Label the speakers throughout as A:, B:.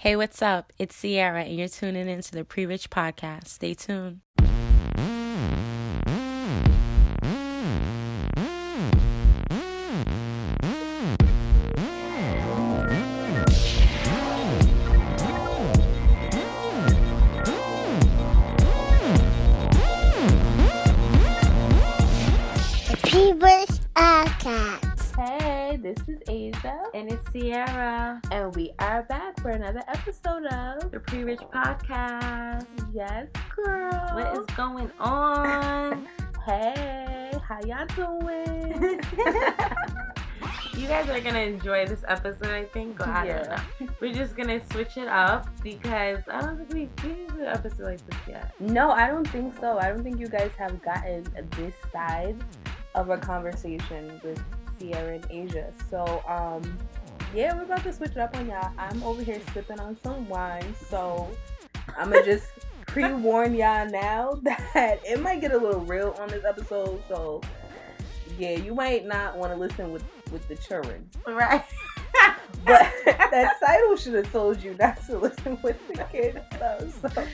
A: Hey, what's up? It's Sierra, and you're tuning in to the Pre Rich Podcast. Stay tuned.
B: The Peebles Podcast.
A: Hey, this is Asia,
C: And it's Sierra,
A: and we are back for another episode of
C: the Pre Rich Podcast.
A: Yes, Girl.
C: What is going on?
A: Hey, how y'all doing?
C: you guys are gonna enjoy this episode, I think. Well, I don't
A: Yeah.
C: know. We're just gonna switch it up because I don't think we did an episode like this yet.
A: no, I don't think so. I don't think you guys have gotten this side of a conversation with Sierra and Asia. So, um, yeah, we're about to switch it up on y'all. I'm over here sipping on some wine, so I'm gonna just pre-warn y'all now that it might get a little real on this episode. So, yeah, you might not want to listen with with the children,
C: Right.
A: but that title should have told you not to listen with the kids. Though, so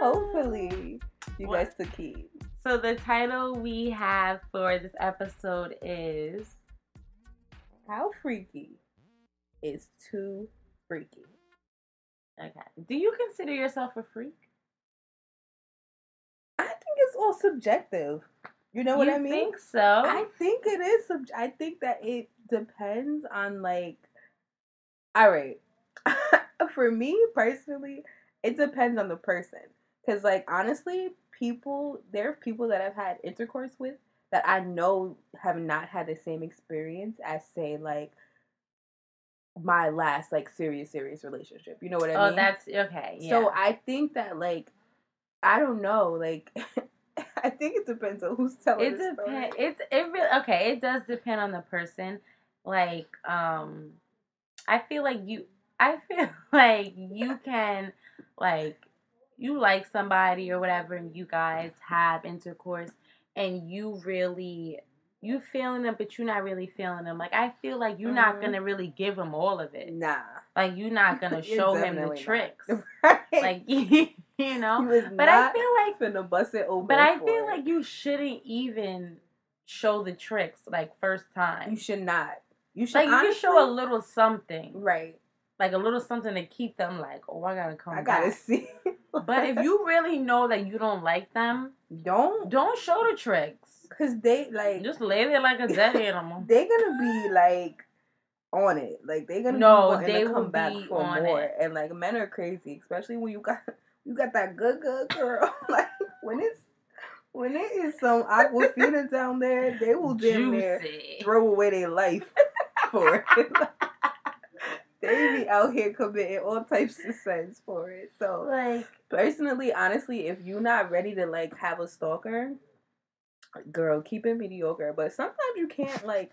A: hopefully, you
C: What?
A: guys took heed.
C: So the title we have for this episode is
A: How freaky is too freaky?
C: Okay. Do you consider yourself a freak?
A: I think it's all subjective. You know what
C: you
A: I mean?
C: think so?
A: I think it is. Sub- I think that it depends on like. All right, for me personally, it depends on the person. Cause like honestly, people there are people that I've had intercourse with that I know have not had the same experience as say like my last like serious serious relationship. You know what I
C: oh,
A: mean?
C: that's okay. Yeah.
A: So I think that like I don't know like. I think it depends on who's telling
C: it
A: the story.
C: depends. It's it really okay. It does depend on the person. Like, um, I feel like you. I feel like you can, like, you like somebody or whatever, and you guys have intercourse, and you really you feeling them, but you're not really feeling them. Like, I feel like you're
A: Mhm.
C: not gonna really give him all of it.
A: Nah.
C: Like, you're not gonna
A: You're
C: show him the
A: definitely not.
C: tricks.
A: Right.
C: like, you
A: he
C: know.
A: was
C: But I
A: not
C: feel like
A: finna bust it open.
C: but I
A: for
C: feel
A: it.
C: like you shouldn't even show the tricks like first time.
A: you should not. You should
C: like you
A: honestly,
C: should show a little something,
A: right.
C: like a little something to keep them like, oh, I gotta come
A: I gotta
C: back.
A: see.
C: But if you really know that you don't like them,
A: don't,
C: don't show the tricks.
A: cause they like
C: Just lay there like a dead animal.
A: they gonna be like on it. Like they gonna
C: No,
A: be wanting
C: they
A: to come
C: will
A: back
C: be
A: for
C: on
A: more.
C: it.
A: And like men are crazy, especially when you got you got that good good girl. like when it's when it is some aquafina down there, they will damn near
C: Juicy.
A: throw away their life for it. they be out here committing all types of sins for it. So
C: Like
A: personally, honestly, if you're not ready to like have a stalker, girl, keep it mediocre. But sometimes you can't like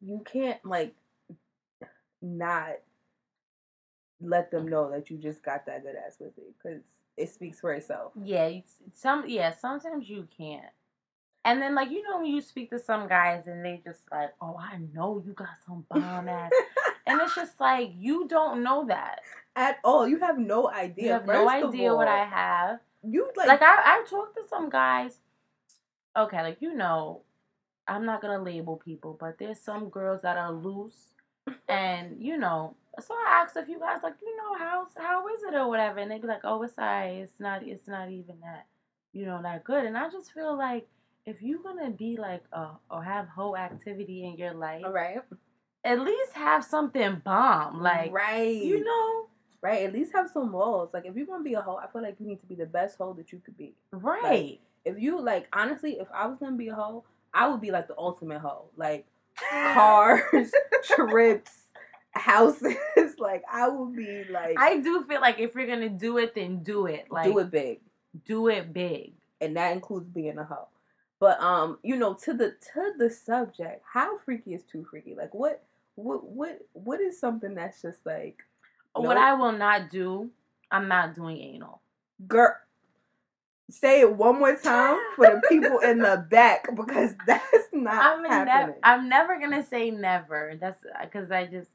A: you can't like not let them know that you just got that good ass with it because it speaks for itself.
C: yeah, you- some yeah, sometimes you can't. And then like you know when you speak to some guys and they just like, oh, I know you got some bomb ass, and it's just like you don't know that.
A: At all, you have no idea.
C: You have no
A: First of
C: idea what
A: all,
C: I have.
A: You like,
C: Like I, I've talked to some guys. Okay, like you know, I'm not gonna label people, but there's some girls that are loose, and you know. So I asked a few guys, like you know, how's how is it or whatever, and they be like, oh, it's alright. It's not. It's not even that. You know, that good. And I just feel like if you're gonna be like uh, or have whole activity in your life,
A: all right,
C: at least have something bomb. Like
A: right,
C: you know,
A: right. At least have some walls. Like if you're gonna be a hoe, I feel like you need to be the best hoe that you could be.
C: right.
A: If you like, honestly, if I was gonna be a hoe, I would be like the ultimate hoe. Like cars, trips, houses. Like I would be like,
C: I do feel like if you're gonna do it, then do it. Like
A: do it big,
C: do it big.
A: and that includes being a hoe. But um, you know, to the to the subject, how freaky is too freaky? Like what what what what is something that's just like,
C: What
A: Nope.
C: I will not do, I'm not doing anal.
A: girl? Say it one more time for the people in the back because that's not
C: I'm never.
A: happening.
C: I'm never gonna say never. That's because uh, I just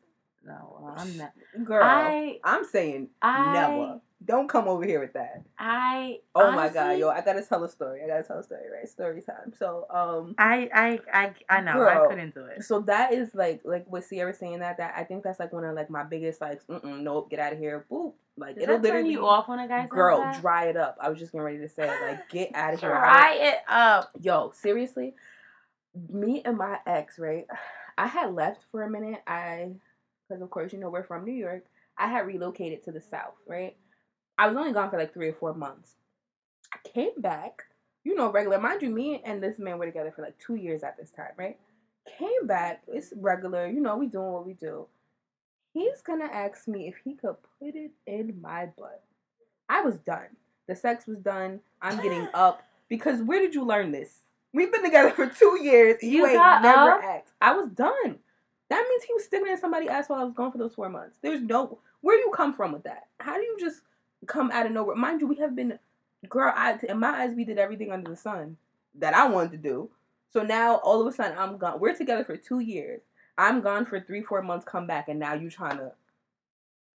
C: No, I'm not.
A: Girl, I,
C: I
A: am saying
C: I
A: never. Don't come over here with that.
C: I
A: Oh my god,
C: honestly-
A: yo, I gotta tell a story. I gotta tell a story, right? Story time. So, um,
C: I I I I know
A: Girl.
C: I couldn't do it.
A: so that is like, like with Sierra saying that, that I think that's like one of like my biggest like, mm-mm, nope, get out of here, boop. Like
C: Does
A: it'll
C: that turn
A: literally
C: you off when a guy says
A: girl
C: that?
A: dry it up. I was just getting ready to say like, get out of here. I
C: Dry it up.
A: yo, seriously, me and my ex, right? I had left for a minute. I, because of course, you know, we're from New York. I had relocated to the South, right? I was only gone for like three or four months. I came back, you know, regular. Mind you, me and this man were together for like two years at this time, right? Came back, it's regular, you know, we doing what we do. He's gonna ask me if he could put it in my butt. I was done. The sex was done. I'm getting up. Because where did you learn this? We've been together for two years. and You,
C: You
A: ain't
C: got
A: never
C: up?
A: asked. I was done. That means he was sticking in somebody's ass while I was gone for those four months. There's no where do you come from with that? How do you just come out of nowhere? Mind you, we have been girl, I in my eyes we did everything under the sun that I wanted to do. So now all of a sudden I'm gone. We're together for two years. I'm gone for three, four months, come back, and now you trying to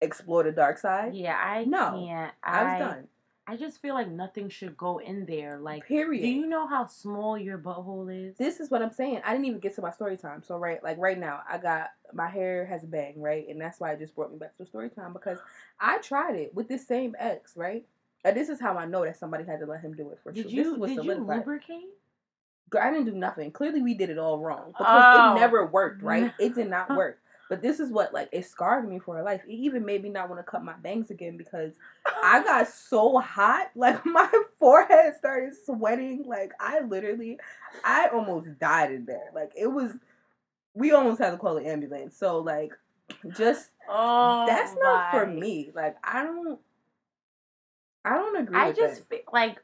A: explore the dark side?
C: Yeah, I
A: No,
C: can't.
A: I
C: I
A: was done.
C: I just feel like nothing should go in there. Like,
A: Period.
C: do you know how small your butthole is?
A: this is what I'm saying. I didn't even get to my story time. So right, like right now, I got my hair has a bang, right, and that's why it just brought me back to story time because I tried it with this same ex, right. And this is how I know that somebody had to let him do it for
C: did
A: sure.
C: you
A: this
C: did you
A: solidified.
C: lubricate?
A: Girl, I didn't do nothing. Clearly, we did it all wrong because
C: Oh. Mm-hmm.
A: it never worked, right? It did not work. But this is what like it scarred me for life. It even made me not want to cut my bangs again because I got so hot, like my forehead started sweating. Like I literally, I almost died in there. Like it was, we almost had to call the ambulance. So like, just
C: oh,
A: that's not for
C: my.
A: me. Like I don't, I don't agree.
C: I
A: with
C: just
A: that.
C: fe like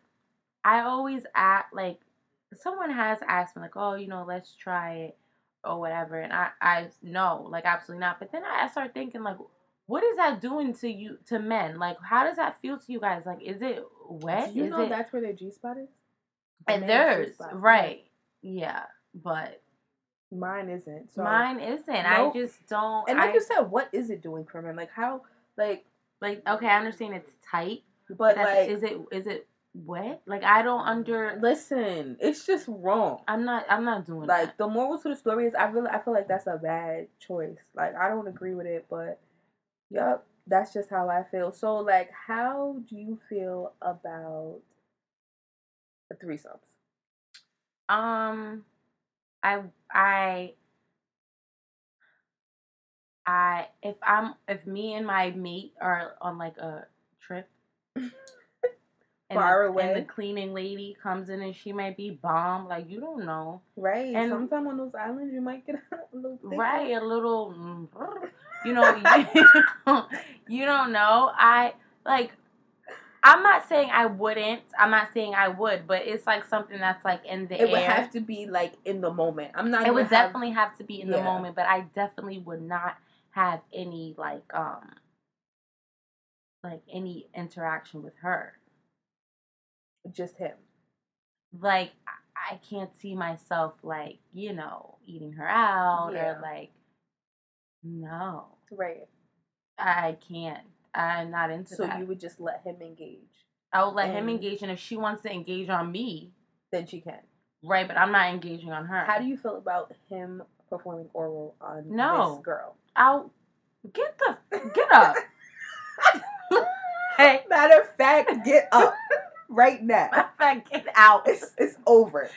C: I always act like someone has asked me like, oh, you know, let's try it or whatever, and I I no, like absolutely not. But then I, I start thinking like, what is that doing to you to men? Like, how does that feel to you guys? Like, is it wet?
A: Do you
C: is
A: know
C: it
A: that's where their G spot is? The
C: and
A: man's
C: theirs?
A: G-spot.
C: Right? Yeah, but.
A: Mine isn't. So.
C: Mine isn't.
A: Nope.
C: I just don't.
A: And like
C: I,
A: you said, what is it doing for men? Like how, like,
C: like okay, I understand it's tight,
A: but
C: but that's-
A: like,
C: is it is it wet? Like I don't under.
A: listen, it's just wrong.
C: I'm not. I'm not doing
A: Like
C: like
A: the moral to the story is, I really, I feel like that's a bad choice. Like I don't agree with it, but yep, that's just how I feel. So like, how do you feel about the threesomes?
C: that. Um, I I I if I'm if me and my mate are on like a trip. And
A: Far
C: the,
A: away.
C: And the cleaning lady comes in and she might be bomb. Like, you don't know.
A: Right.
C: And-
A: sometime on those islands, you might get a little thick.
C: right a little mm, you know you don't know i like i'm not saying i wouldn't i'm not saying i would but it's like something that's like in the
A: It would
C: air
A: have to be like in the moment. I'm not.
C: it would
A: gonna have-
C: definitely have to be in the
A: yeah.
C: moment but i definitely would not have any like um like any interaction with her
A: just him.
C: like I- i can't see myself like you know eating her out
A: Yeah.
C: or like no
A: Right.
C: I can't. I'm not into
A: So
C: that.
A: you would just let him engage.
C: I will let him
A: and-
C: engage, and if she wants to engage on me,
A: Then she can.
C: right? But I'm not engaging on her.
A: How do you feel about him performing oral on
C: No.
A: this girl?
C: I'll get the get up. hey,
A: Matter of fact, get up right now.
C: get out.
A: It's, it's over.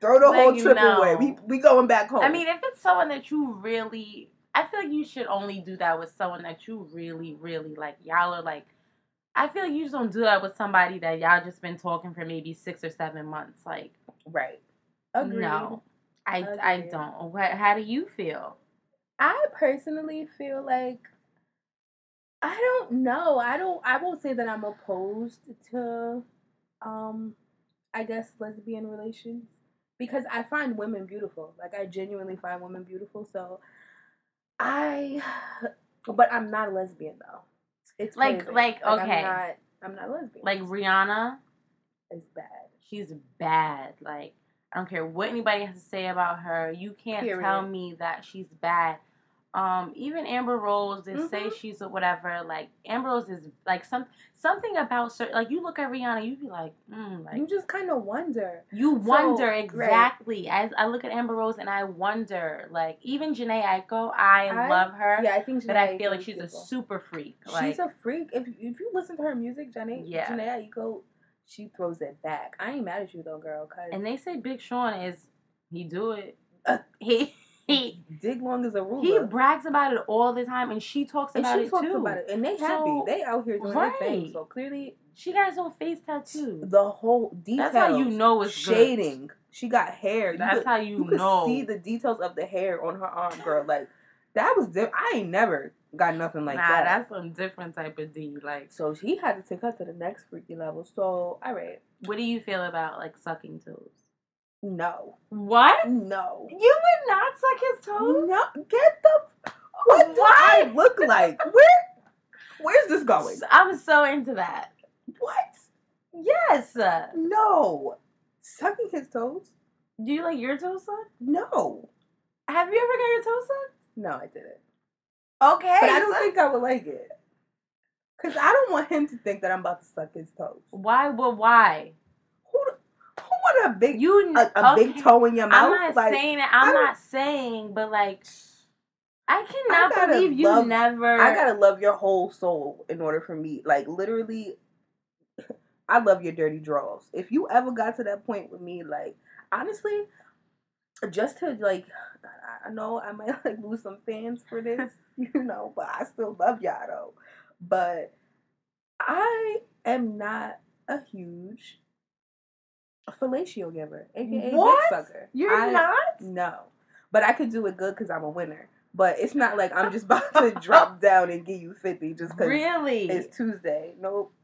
A: Throw the
C: Like,
A: whole trip
C: no.
A: away. We we going back home.
C: I mean, if it's someone that you really, I feel like you should only do that with someone that you really, really like. Y'all are like, I feel like you just don't do that with somebody that y'all just been talking for maybe six or seven months. Like,
A: right? Agreed.
C: no, I I
A: Agreed.
C: don't. What? How do you feel?
A: I personally feel like I don't know. I don't. I won't say that I'm opposed to, um, I guess lesbian relations because I find women beautiful. Like I genuinely find women beautiful. So I, but I'm not a lesbian though. It's
C: Like-
A: crazy.
C: like, okay.
A: I'm not. I'm not lesbian.
C: Like Rihanna,
A: it's bad.
C: she's bad. Like I don't care what anybody has to say about her. You can't
A: Period.
C: tell me that she's bad Um, even Amber Rose did say
A: Mhm.
C: she's a whatever. Like Amber Rose is like some something about certain. Like you look at Rihanna, you be like, mm, like
A: You just kind of wonder.
C: you
A: Mm-hmm. So,
C: wonder
A: right.
C: exactly. As I look at Amber Rose and I wonder, like even Janae Eiko, I,
A: I-
C: love her,
A: Yeah, I think
C: but I
A: Jhené
C: feel like
A: Aiko's
C: she's a
A: beautiful.
C: super freak.
A: she's
C: Like,
A: a freak. If if you listen to her music, Janae,
C: Yeah.
A: Janae Aiko, she throws it back. I ain't mad at you though, girl. Cause
C: and they say Big Sean is he do it. he he
A: Dig Long is a ruler.
C: he brags about it all the time, and she talks
A: and
C: about
A: she
C: it
A: talks
C: too.
A: about it, and they happy.
C: So-
A: they out here doing their thing.
C: Right.
A: So clearly,
C: She got his whole face tattoo.
A: the whole details.
C: That's how you know it's good.
A: shading. She got hair. You
C: That's
A: could-
C: how you,
A: you could
C: know.
A: see the details of the hair on her arm, girl. Like that was. Diff- I ain't never got nothing like
C: nah,
A: that.
C: that's some different type of D. Like,
A: so she had to take her to the next freaky level. So all right,
C: what do you feel about like sucking toes?
A: no,
C: What?
A: no,
C: You would not suck his toes?
A: no. Get the what do
C: Why?
A: I look like? Where? Where's this going?
C: I'm so into that.
A: What?
C: Yes. Do
A: No, sucking his toes.
C: you like your toes sucked?
A: No,
C: Have you ever got your toes sucked?
A: no, I didn't.
C: Okay.
A: But I don't
C: so-
A: think I would like it. Cause I don't want him to think that I'm about to suck his toes.
C: Why? Well, why?
A: Who who want a big
C: You kn-
A: a, a
C: okay.
A: big toe in your mouth?
C: I'm not
A: like
C: saying it.
A: I
C: I'm
A: don't-
C: not saying, but like, I
A: I
C: cannot
A: gotta
C: believe you
A: love-
C: never.
A: I gotta love your whole soul in order for me. Like literally, I love your dirty draws. If you ever got to that point with me, like honestly, just to like, I- I know I might like lose some fans for this, you know, but I still love y'all though. But I am not a huge fellatio giver, aka
C: What?
A: dick sucker.
C: You're
A: I-
C: not.
A: no. But I could do it good because I'm a winner. But it's not like I'm just about to drop down and give you 50 just because
C: Really?
A: it's Tuesday. Nope.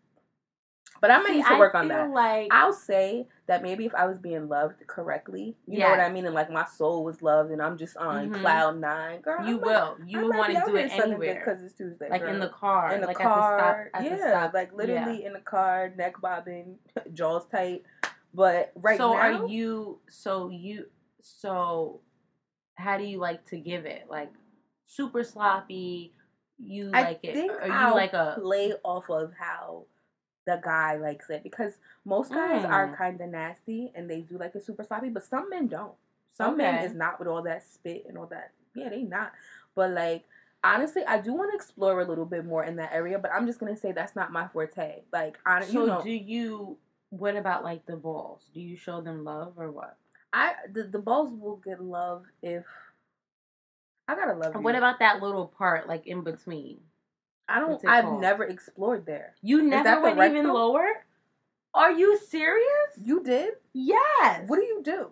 A: But I might
C: See,
A: need to work on
C: feel
A: that.
C: Like
A: I'll say that maybe if I was being loved correctly, you know what I
C: Yes.
A: mean? And like my soul was loved and I'm just on
C: Mhm.
A: cloud nine. Girl,
C: you will. You would want to do it anywhere,
A: Because it's Tuesday.
C: like in
A: girl.
C: the car,
A: in the
C: like
A: car.
C: at the stop. At the
A: yeah,
C: stop.
A: like literally in the car, neck bobbing, jaws tight. But right
C: so
A: now,
C: are you? So you? So how do you like to give it? Like super sloppy. You
A: I
C: like it?
A: think
C: Or you
A: I'll
C: like a?
A: play off of how the guy likes it because most guys
C: Mm.
A: are kind of nasty and they do like it super sloppy, but some men don't. Some men
C: Okay.
A: is not with all that spit and all that. Yeah, they not. But like honestly, I do want to explore a little bit more in that area, but I'm just gonna say that's not my forte. Like I
C: So
A: you know
C: do you? What about like the balls? Do you show them love or what?
A: I the, the balls will get love if I gotta love.
C: And what
A: you.
C: about that little part like in between?
A: I
C: what's
A: don't?
C: it
A: I've
C: called?
A: never explored there.
C: You
A: that
C: never
A: the
C: went even
A: rectum?
C: lower. Are you serious?
A: You did?
C: Yes.
A: What do you do?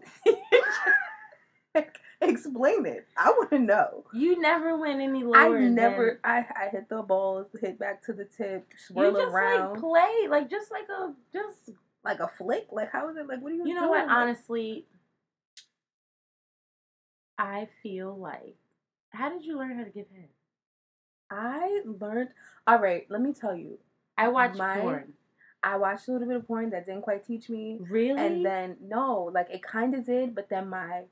A: Explain it. I want to know.
C: You never went any
A: I
C: lower.
A: never. I, I hit the balls, hit back to the tip,
C: than- you
A: swirl
C: just
A: around
C: like play, like just like a just.
A: like a flick. Like how is it? Like what are you?
C: You know what?
A: doing? Like,
C: Honestly, I feel like. How did you learn how to give head?
A: I learned. All right, let me tell you.
C: I watched
A: My-
C: porn.
A: I watched a little bit of porn that didn't quite teach me,
C: Really?
A: and then no, like it kind of did, but then my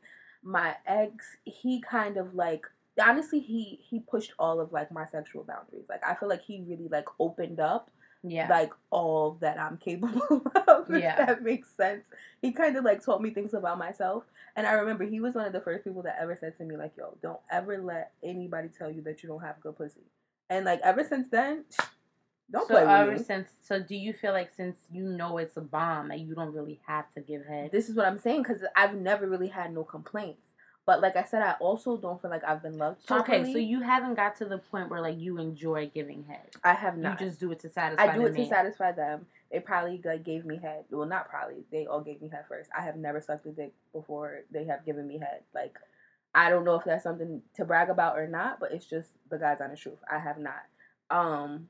A: my ex, he kind of like honestly he he pushed all of like my sexual boundaries. Like I feel like he really like opened up
C: yeah.
A: like all that I'm capable of. If
C: Yeah.
A: that makes sense. He kind of like taught me things about myself. And I remember he was one of the first people that ever said to me, like, yo, don't ever let anybody tell you that you don't have good pussy. And like ever since then, don't
C: so
A: play
C: ever
A: with me.
C: since, so do you feel like since you know it's a bomb, that you don't really have to give head?
A: This is what I'm saying because I've never really had no complaints. But like I said, I also don't feel like I've been loved
C: So,
A: properly.
C: okay, so you haven't got to the point where like you enjoy giving head.
A: I have not.
C: You just do it to satisfy.
A: I do
C: the
A: it to
C: man.
A: satisfy them. They probably like gave me head. Well, not probably. They all gave me head first. I have never sucked a dick before they have given me head. Like, I don't know if that's something to brag about or not, but it's just the God's honest truth. I have not. Um,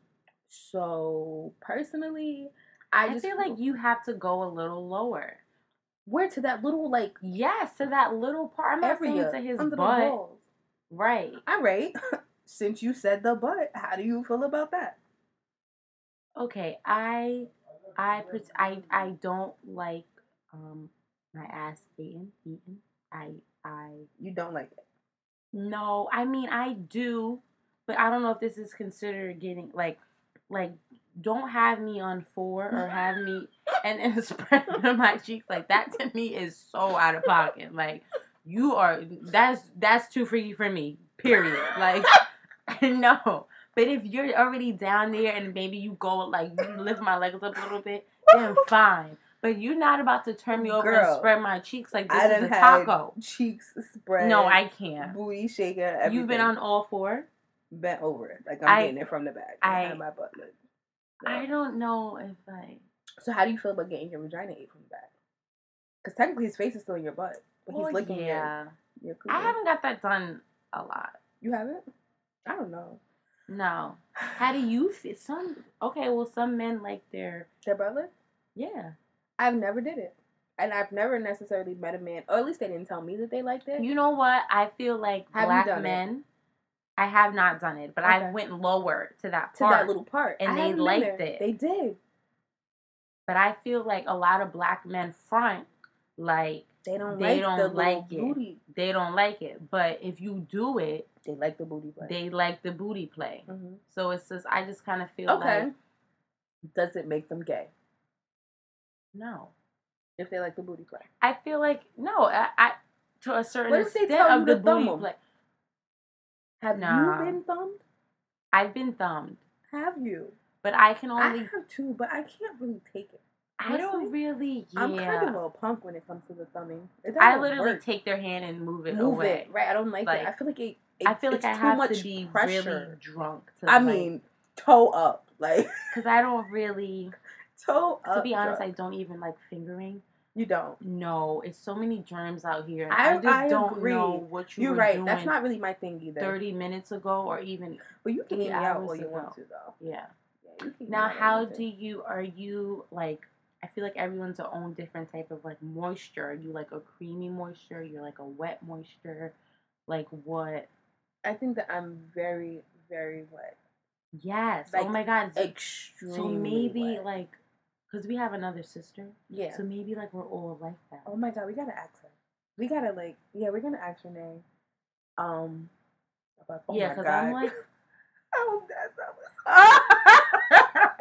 A: so personally, I,
C: I,
A: just
C: feel like you have to go a little lower.
A: we're to that little like
C: Yes, to that little part. I'm not
A: area
C: saying to his
A: under the
C: butt.
A: balls.
C: Right.
A: All right. Since you said the butt, how do you feel about that?
C: Okay. I, I, pret- I, I don't like um my ass being eaten. I, I,
A: You don't like it.
C: No, I mean I do, but I don't know if this is considered getting like, like don't have me on four or have me and then spread it on my cheeks like that to me is so out of pocket. Like you are that's that's too freaky for me. Period. Like no. But if you're already down there and maybe you go like you lift my legs up a little bit, then fine. But you're not about to turn me over
A: Girl,
C: and spread my cheeks like this
A: I
C: is
A: done
C: a
A: had
C: taco.
A: cheeks spread.
C: No, I can't.
A: booty shaking. Everything.
C: You've been on all four.
A: bent over like I'm
C: I-
A: getting it from the back.
C: I-
A: behind my butt. Like,
C: I don't know if like
A: So how do you feel about getting your vagina ate from the back? Because technically his face is still in your butt, but he's licking your-
C: yeah.
A: your. cooter.
C: I haven't got that done a lot.
A: You haven't? I don't know.
C: No. How do you feel? Some okay. Well, some men like their
A: Their butt lift?
C: yeah.
A: I've never did it, and I've never necessarily met a man, or at least they didn't tell me that they liked it.
C: You know what? I feel like
A: Have you
C: black
A: done
C: men. I have not done it, but I
A: Okay.
C: went lower to that
A: to
C: part.
A: that little part,
C: and
A: I
C: they
A: haven't been
C: liked
A: there.
C: it.
A: They did.
C: But I feel like a lot of black men front like
A: They don't.
C: They
A: like
C: don't
A: the little
C: like it.
A: Booty.
C: they don't like it. But if you do it,
A: They like the booty butt.
C: they like the booty play.
A: Mhm.
C: So it's just I just kind of feel
A: Okay.
C: like
A: Does it make them gay
C: no.
A: if they like the booty butt?
C: I feel like no. I, I to a certain
A: What if they
C: extent
A: tell
C: of
A: you
C: the
A: to thumb
C: booty
A: 'em?
C: play,
A: Have
C: Nah.
A: you been thumbed?
C: I've been thumbed,
A: Have you?
C: but I can only
A: I have too, but I can't really take it.
C: I don't
A: Honestly,
C: really. Yeah.
A: I'm kind of a little punk when it comes to the thumbing. It
C: I
A: doesn't
C: literally
A: work.
C: take their hand and move it
A: move
C: away.
A: it right. I don't like,
C: Like,
A: it. I feel like it. it
C: I feel like
A: it's
C: I
A: too
C: have
A: much
C: to be
A: pressure.
C: really drunk. To
A: I mean, toe up, like
C: because I don't really.
A: toe up.
C: To be honest,
A: drunk.
C: I don't even like fingering.
A: you don't.
C: No, it's so many germs out here. and
A: I-
C: I, just
A: I
C: don't
A: agree.
C: know what you
A: You're
C: were
A: right.
C: doing
A: That's not really my thing either.
C: thirty minutes ago, or even
A: But you can
C: eight
A: eat out
C: hours
A: all you
C: ago.
A: want to, though.
C: yeah.
A: Yeah, you can eat
C: Now,
A: out all
C: how
A: you want
C: do you are you like? I feel like everyone's their own different type of like moisture. Are you like a creamy moisture? You're like a wet moisture. Like what?
A: to. I think that I'm very, very wet.
C: Yes. oh
A: Like,
C: my God. it's-
A: Extremely.
C: So maybe
A: wet.
C: like, cause we have another sister.
A: yeah.
C: So maybe like we're all like that.
A: Oh my god, we gotta ask her. We gotta like, yeah, we're gonna ask Renee. Um, about, oh
C: yeah,
A: my
C: cause
A: god.
C: I'm like,
A: oh, that's not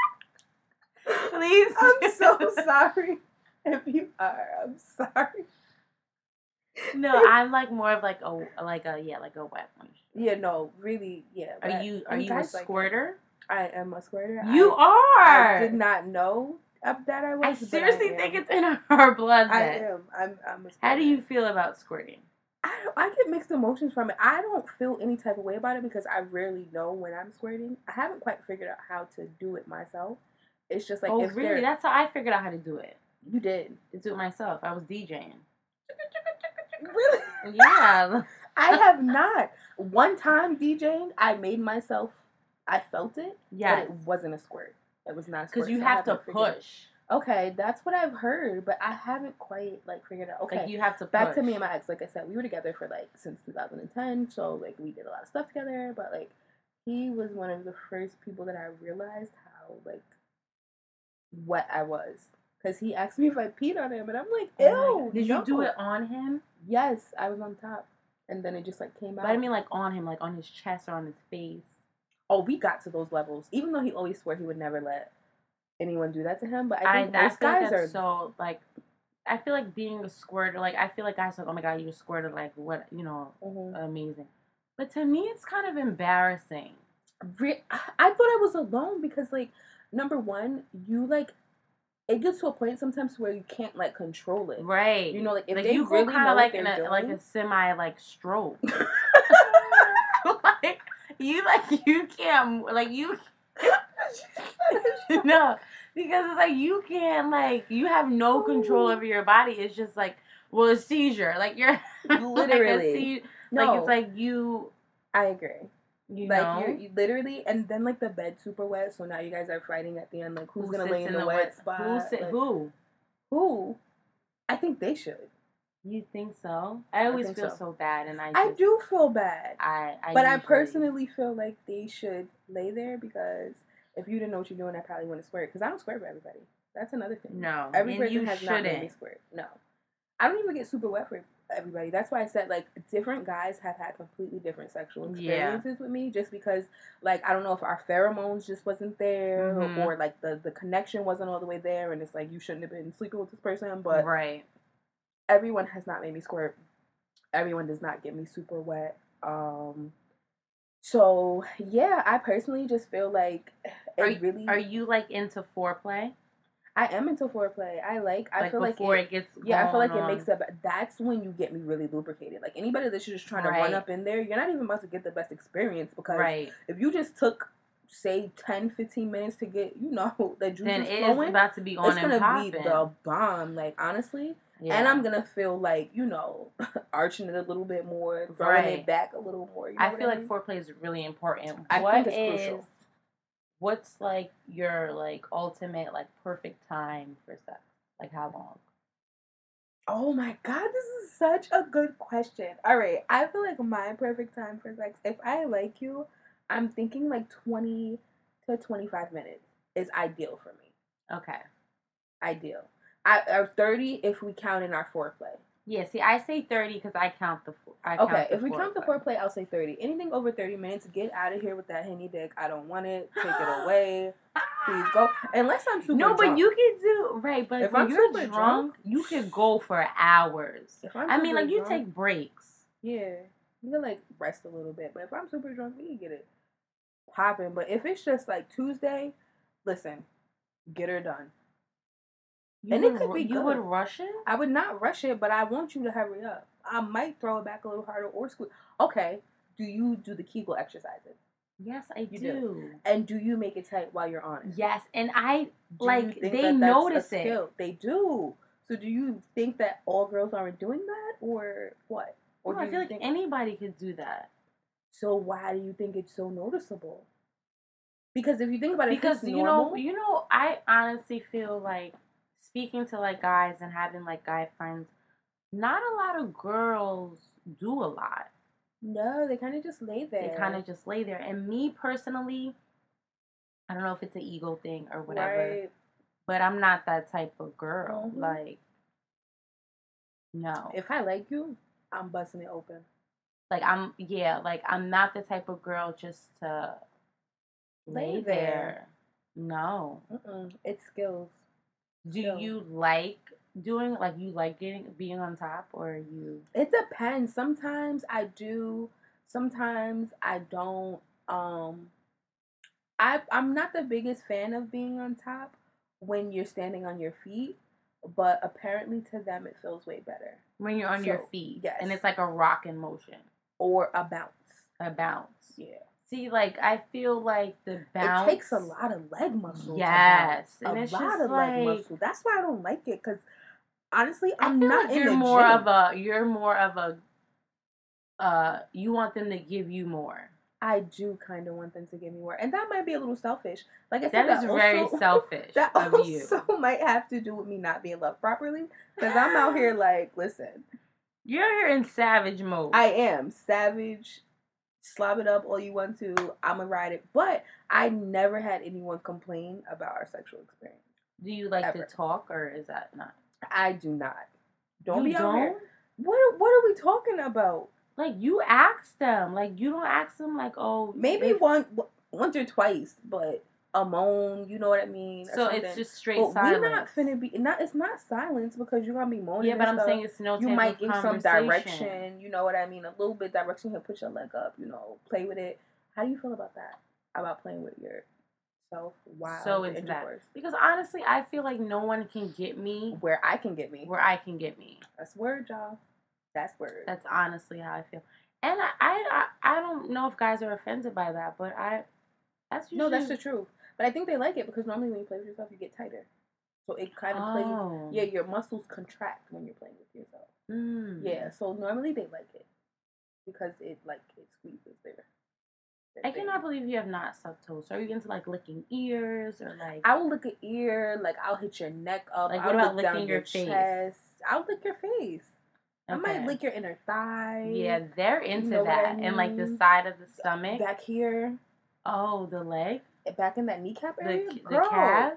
C: please.
A: I'm so sorry if you are. I'm sorry.
C: no, I'm like more of like a like a yeah like a wet one.
A: Yeah, no, really, yeah.
C: Are
A: but-
C: you are
A: and
C: you a
A: guys like it.
C: squirter?
A: I am a squirter.
C: you
A: I,
C: are.
A: I did not know up that I was.
C: I
A: but
C: seriously
A: am.
C: think it's in her blood.
A: I
C: then.
A: am. I'm. I'm a squirter.
C: How do you feel about squirting?
A: I don't, I get mixed emotions from it. I don't feel any type of way about it because I rarely know when I'm squirting. I haven't quite figured out how to do it myself. It's just like
C: oh,
A: if
C: really?
A: there-
C: That's how I figured out how to do it.
A: you did
C: To do it myself. I was DJing.
A: really.
C: Yeah.
A: I have not. One time DJing, I made myself. I felt it, but
C: yeah.
A: it wasn't a squirt. It was not a squirt.
C: Because you
A: so I
C: have to
A: haven't figured-
C: push.
A: Okay, that's what I've heard, but I haven't quite like figured out. Okay,
C: Like you have to.
A: back
C: push.
A: to me and my ex. Like I said, we were together for like since 2010, so like we did a lot of stuff together. But like he was one of the first people that I realized how like what I was because he asked me if I peed on him, and I'm like, ew.
C: Oh my God. Did
A: no.
C: you do it on him?
A: Yes, I was on top, and then it just like came out.
C: But I mean, like on him, like on his chest or on his face.
A: oh, we got to those levels. Even though he always swore he would never let anyone do that to him, but
C: I,
A: I think
C: I
A: most
C: feel like
A: guys
C: that's
A: are.
C: so like. I feel like being a squirter, like I feel like guys are like, oh my god, you squirted, like what, you know,
A: Mhm.
C: amazing. But to me, it's kind of embarrassing.
A: re- I thought I was alone because like number one, you like it gets to a point sometimes where you can't like control it.
C: Right.
A: You know, like if
C: like
A: they
C: you
A: really
C: go kind
A: know
C: of like
A: what
C: in
A: they're
C: a like a
A: doing-
C: semi like stroke. like you like you can't like you no because it's like you can't like you have no control
A: Oh.
C: over your body. It's just like well a seizure like you're like, a
A: literally.
C: seizure.
A: no,
C: like it's like you
A: I agree.
C: you
A: like
C: know
A: you're, you literally, and then like the bed super wet, so now you guys are fighting at the end. Like who's gonna
C: sits
A: lay in, the, wet, spot?
C: Who sit
A: like,
C: who?
A: who? I think they should.
C: You think so? I always
A: think
C: feel so.
A: so.
C: bad, and I just,
A: I do feel bad.
C: I, I
A: but I
C: usually-
A: personally feel like they should lay there because if you didn't know what you're doing, I probably wouldn't squirt. Because I don't squirt for everybody. That's another thing.
C: no.
A: Every
C: and
A: person
C: you
A: has not made me
C: shouldn't.
A: squirt. No. I don't even get super wet for everybody. That's why I said like different guys have had completely different sexual
C: Yeah.
A: experiences with me, just because like I don't know if our pheromones just wasn't there
C: Mhm.
A: or like the the connection wasn't all the way there, and it's like you shouldn't have been sleeping with this person. But
C: right.
A: everyone has not made me squirt. Everyone does not get me super wet. Um, so yeah, I personally just feel like it
C: Are you-
A: really.
C: Are you like into foreplay?
A: I am into foreplay. I like. I
C: like
A: feel like
C: before
A: it.
C: it, gets
A: Yeah, I feel like
C: going
A: it
C: on.
A: makes up. That's when you get me really lubricated. Like anybody that's just trying to
C: Right.
A: run up in there, you're not even about to get the best experience because
C: right.
A: if you just took say 10, 15 minutes to get, you know, that juice
C: Then
A: is
C: it
A: flowing,
C: is about to be on
A: it's
C: and
A: gonna
C: popping.
A: be the bomb. Like honestly,
C: yeah.
A: and I'm gonna feel like you know, arching it a little bit more, throwing
C: Right.
A: it back a little more. You know
C: I
A: what
C: feel like
A: mean?
C: foreplay is really important.
A: I
C: What
A: think it's crucial.
C: is- What's like your like ultimate like perfect time for sex? Like how long?
A: Oh my god, this is such a good question. All right, I feel like my perfect time for sex, if I like you, I'm thinking like 20 to 25 minutes is ideal for me.
C: Okay.
A: Ideal. I, or 30 if we count in our foreplay.
C: Yeah. See, I say thirty because I count the. fo- I
A: Okay,
C: count the
A: if we count the
C: foreplay.
A: foreplay, I'll say 30. Anything over 30 minutes, get out of here with that henny dick. I don't want it. Take it away. Please go. Unless I'm super
C: no, but
A: drunk.
C: you can do right. But
A: If
C: if
A: I'm
C: you're
A: super
C: drunk,
A: drunk-
C: you could go for hours.
A: If I'm
C: I mean,
A: super
C: like you
A: drunk-
C: take breaks.
A: Yeah, you can like rest a little bit, but if I'm super drunk, we can get it popping. But if it's just like Tuesday, listen, get her done.
C: You
A: And it
C: would
A: could
C: ru-
A: be
C: you
A: good.
C: would rush it.
A: I would not rush it, but I want you to hurry up. I might throw it back a little harder or squeeze. Okay, do you do the Kegel exercises
C: Yes, I
A: You do.
C: do.
A: and do you make it tight while you're on it?
C: Yes, and I
A: Do you
C: like,
A: think
C: they
A: that that's a
C: notice it.
A: skill? They do. So do you think that all girls aren't doing that, or what? Or
C: No,
A: do
C: I
A: you
C: feel like
A: think-
C: anybody could do that
A: So why do you think it's so noticeable? Because if you think about it, if
C: because
A: it's
C: you
A: normal-
C: know, you know, I honestly feel like speaking to like guys and having like guy friends. Not a lot of girls do a lot.
A: no, they kind of just lay there.
C: They kind of just lay there. And me personally, I don't know if it's an ego thing or whatever.
A: Right.
C: but I'm not that type of girl.
A: Mhm.
C: Like, no,
A: If I like you, I'm busting it open.
C: like I'm yeah, like I'm not the type of girl just to
A: Lay
C: lay,
A: there.
C: there. No.
A: Mm-mm. It's skills.
C: Do
A: No.
C: you like doing like you like getting being on top or you?
A: It depends. Sometimes I do. Sometimes I don't. Um, I I'm not the biggest fan of being on top when you're standing on your feet, but apparently to them it feels way better.
C: When you're on your
A: So,
C: feet,
A: yes.
C: and it's like a rock in motion,
A: Or a bounce.
C: a bounce.
A: Yeah.
C: See, like I feel like the bounce
A: It takes a lot of leg muscle. to
C: Yes,
A: bounce. a
C: and it's
A: lot
C: just
A: of
C: like
A: leg muscle. That's why I don't like it. Cause honestly,
C: I
A: I'm
C: feel
A: not
C: like
A: in
C: you're
A: the
C: more
A: gym.
C: of a you're more of a uh you want them to give you more.
A: I do kind of want them to give me more, and that might be a little selfish. Like I said,
C: That is
A: also,
C: very selfish
A: That
C: of you.
A: also might have to do with me not being loved properly, because I'm out here like, listen,
C: You're here in savage mode.
A: I am savage. Slob it up all you want to. I'ma ride it, but I never had anyone complain about our sexual experience.
C: do you like
A: Ever.
C: to talk or is that not?
A: I do not. Don't
C: you
A: be out here. What What are we talking about?
C: Like you ask them. Like you don't ask them like oh
A: Maybe
C: if-
A: one once or twice, but a moan. You know what I mean? or
C: so
A: something.
C: it's just straight
A: But
C: silence.
A: we're not finna be not. It's not silence because you're gonna be moaning.
C: yeah, but I'm
A: and stuff.
C: saying it's no.
A: you
C: type
A: might
C: of
A: give some
C: conversation.
A: direction. You know what I mean? A little bit direction here. Put your leg up. You know, play with it. How do you feel about that? About playing with yourself while
C: So
A: you're
C: it's that.
A: indoors?
C: Because honestly, I feel like no one can get me
A: Where I can get me.
C: where I can get me.
A: That's word, y'all. That's word.
C: That's honestly how I feel. And I, I, I, I don't know if guys are offended by that, but I, that's
A: no,
C: usually,
A: that's the truth. But I think they like it because normally when you play with yourself, you get tighter. So it kind of
C: oh.
A: plays. Yeah, your muscles contract when you're playing with yourself.
C: Mm.
A: Yeah. So normally they like it because it like it squeezes their. their
C: I
A: thing.
C: cannot believe you have not sucked toes. Are you into like licking ears or like?
A: I will lick an ear, like I'll hit your neck up.
C: Like,
A: I'll
C: what about
A: lick down
C: licking your face?
A: Chest. I'll lick your face. I might
C: Okay.
A: lick your inner thigh.
C: Yeah, they're into
A: know what I
C: that, and like the
A: mean?
C: side of the stomach.
A: Back here, eh,
C: oh, the leg,
A: back in that kneecap
C: the,
A: area,
C: c- the
A: girl.
C: calf.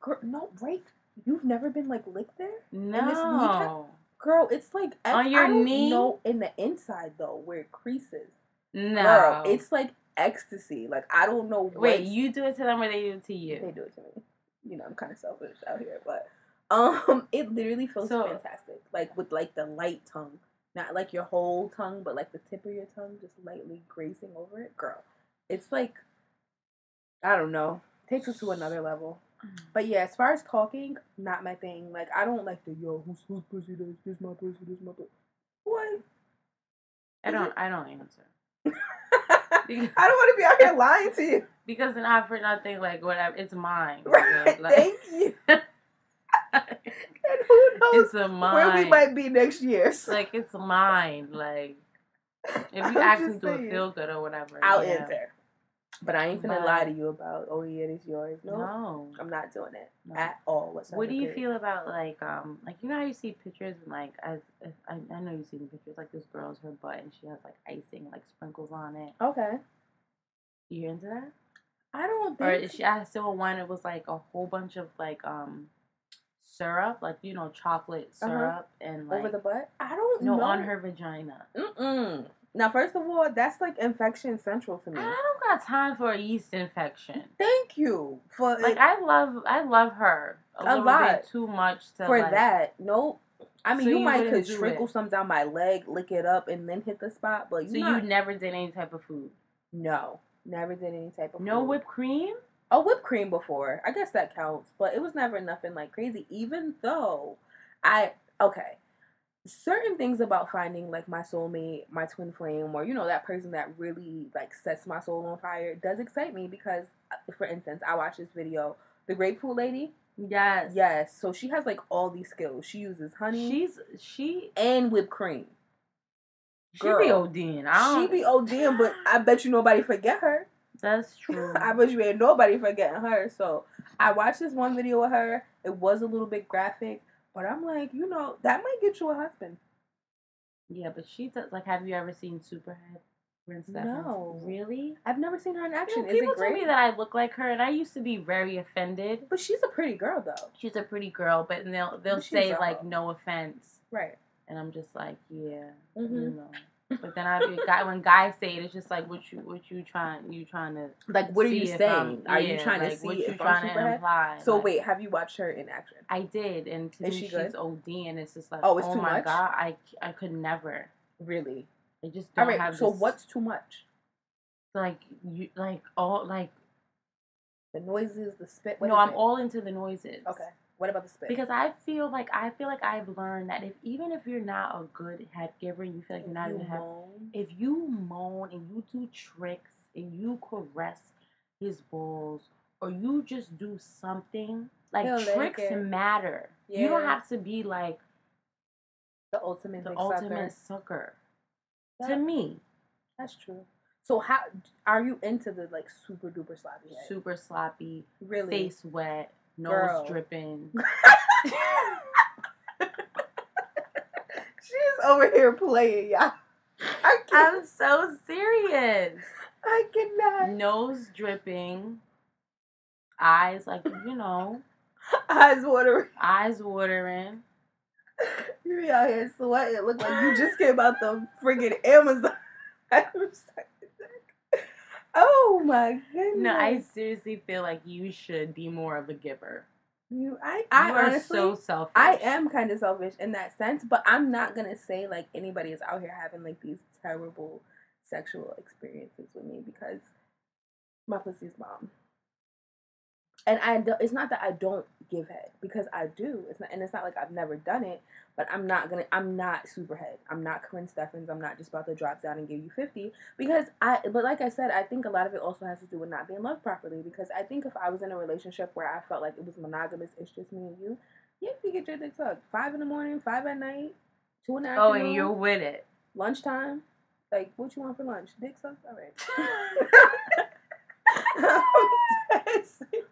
A: Girl, no, right? You've never been like licked there.
C: No,
A: kneecap? Girl, it's like I-
C: On
A: I
C: your
A: don't
C: knee?
A: know in the inside though, where it creases.
C: No.
A: Girl, it's like ecstasy. Like I don't know. What
C: Wait, you do it to them or they do it to
A: they
C: you?
A: do it to me. You know, I'm kind of selfish out here, but um, it literally feels
C: So-
A: fantastic. Like with like the light tongue, not like your whole tongue, but like the tip of your tongue just lightly grazing over it. Girl, it's like I don't know, takes it to another level.
C: Mm.
A: But yeah, as far as talking, not my thing. Like I don't like the yo, who's who's pussy this? This my pussy, this my pussy. What?
C: I don't. I don't answer.
A: I
C: Because-
A: don't want to be out here lying to you.
C: Because then I for nothing like whatever. It's mine.
A: Right?
C: nigga. Like,
A: Thank you. and who knows
C: it's a mine.
A: where we might be next year? So.
C: Like it's mine. Like if you
A: I'm
C: ask
A: just
C: me to
A: saying.
C: feel good or whatever,
A: I'll
C: yeah.
A: answer. But I ain't gonna
C: But-
A: lie to you about, oh yeah, it's yours. No,
C: No.
A: I'm not doing it
C: No.
A: at all. Whatsoever,
C: What do you
A: period.
C: feel about like um like you know how you see pictures and like I I, I know you've seen pictures like this girl's her butt and she has like icing like sprinkles on it.
A: Okay.
C: You into that?
A: I don't
C: Or
A: think.
C: is she I saw one it was like a whole bunch of like um syrup like you know chocolate
A: Uh-huh.
C: syrup and like
A: over the butt? I don't
C: no
A: know.
C: on her vagina.
A: Mm-mm. Now, first of all, that's like infection central to me.
C: I don't got time for a yeast infection.
A: Thank you for
C: Like I love I love her a,
A: A
C: little
A: lot.
C: bit too much to
A: for
C: like,
A: that. No, I mean
C: So
A: you,
C: you
A: might could
C: wouldn't do
A: sprinkle
C: it.
A: some down my leg, lick it up, and then hit the spot. But you,
C: So
A: not-
C: you never did any type of food.
A: no, never did any type of
C: No
A: food.
C: whipped cream?
A: a whipped cream before. I guess that counts, but it was never nothing like crazy. Even though I okay, certain things about finding like my soulmate, my twin flame, or you know that person that really like sets my soul on fire does excite me because, uh, for instance, I watched this video, the grapefruit lady.
C: Yes.
A: Yes, so she has like all these skills. She uses honey
C: She's she
A: and whipped cream.
C: she
A: Girl.
C: be ODing. I
A: She
C: don't,
A: be ODing, but I bet you nobody forget her.
C: that's true.
A: I bet you ain't nobody forgetting her. So I watched this one video of her. It was a little bit graphic, but I'm like, you know, that might get you a husband.
C: yeah, but she does like have you ever seen Superhead Rinse that
A: No.
C: Really?
A: I've never seen her in
C: You
A: action.
C: know,
A: Is
C: people
A: it
C: told
A: great?
C: me that I look like her and I used to be very offended.
A: But she's a pretty girl though.
C: She's a pretty girl, but they'll they'll
A: But she's
C: say
A: a hoe.
C: like no offense.
A: Right.
C: And I'm just like, yeah.
A: hmm
C: you know. But then I be guy when guys say it, it's just like what you what you trying you trying to
A: Like, what are
C: see
A: you
C: if
A: saying?
C: I'm-
A: Are
C: yeah,
A: you trying
C: like,
A: to see
C: what you
A: if I'm
C: trying to
A: Superhead?
C: imply?
A: So
C: like-
A: wait, have you watched her in action?
C: I did, and to
A: Is
C: me
A: she
C: she's
A: good?
C: OD, and it's just like
A: Oh,
C: oh,
A: it's too
C: my
A: much?
C: god, I c- I could never.
A: Really?
C: I just
A: All
C: don't
A: right.
C: have.
A: So
C: this,
A: what's too much?
C: like you like all like
A: The noises, the spit. what
C: no,
A: is
C: I'm
A: it?
C: all into the noises.
A: Okay. What about the spit?
C: Because I feel like I feel like I've learned that if even if you're not a good head giver, you feel like
A: If
C: you're not
A: you
C: even head
A: moan,
C: if you moan and you do tricks and you caress his balls or you just do something like
A: He'll like
C: tricks
A: it.
C: matter. You don't
A: Yeah.
C: have to be like
A: the ultimate,
C: the
A: dick sucker.
C: ultimate sucker.
A: Yeah.
C: To me,
A: That's true. So how are you into the like super duper sloppy head?
C: super sloppy,
A: really?
C: face wet, nose
A: Girl.
C: dripping.
A: She's over here playing, y'all. I can't.
C: I'm so serious.
A: I cannot.
C: Nose dripping, eyes like you know,
A: Eyes watering.
C: eyes watering.
A: You be out here sweating. Look like you just came out the friggin' Amazon. I'm sorry. oh my goodness.
C: No, I seriously feel like you should be more of a giver.
A: You, I, I
C: you are
A: honestly.
C: so selfish.
A: I am kind of selfish in that sense, but I'm not gonna say like anybody is out here having like these terrible sexual experiences with me because my pussy's bomb. And I, do, it's not that I don't give head because I do. It's not, and it's not like I've never done it. But I'm not gonna. I'm not super head. I'm not Corinne Steffens. I'm not just about to drop down and give you fifty because I. But like I said, I think a lot of it also has to do with not being loved properly. Because I think if I was in a relationship where I felt like it was monogamous, it's just me and you. Yeah, you could get your dick sucked. Five in the morning, five at night, two in the
C: Oh,
A: afternoon.
C: and you're with it.
A: lunchtime. Like, what you want for lunch? Dick sucked. All right.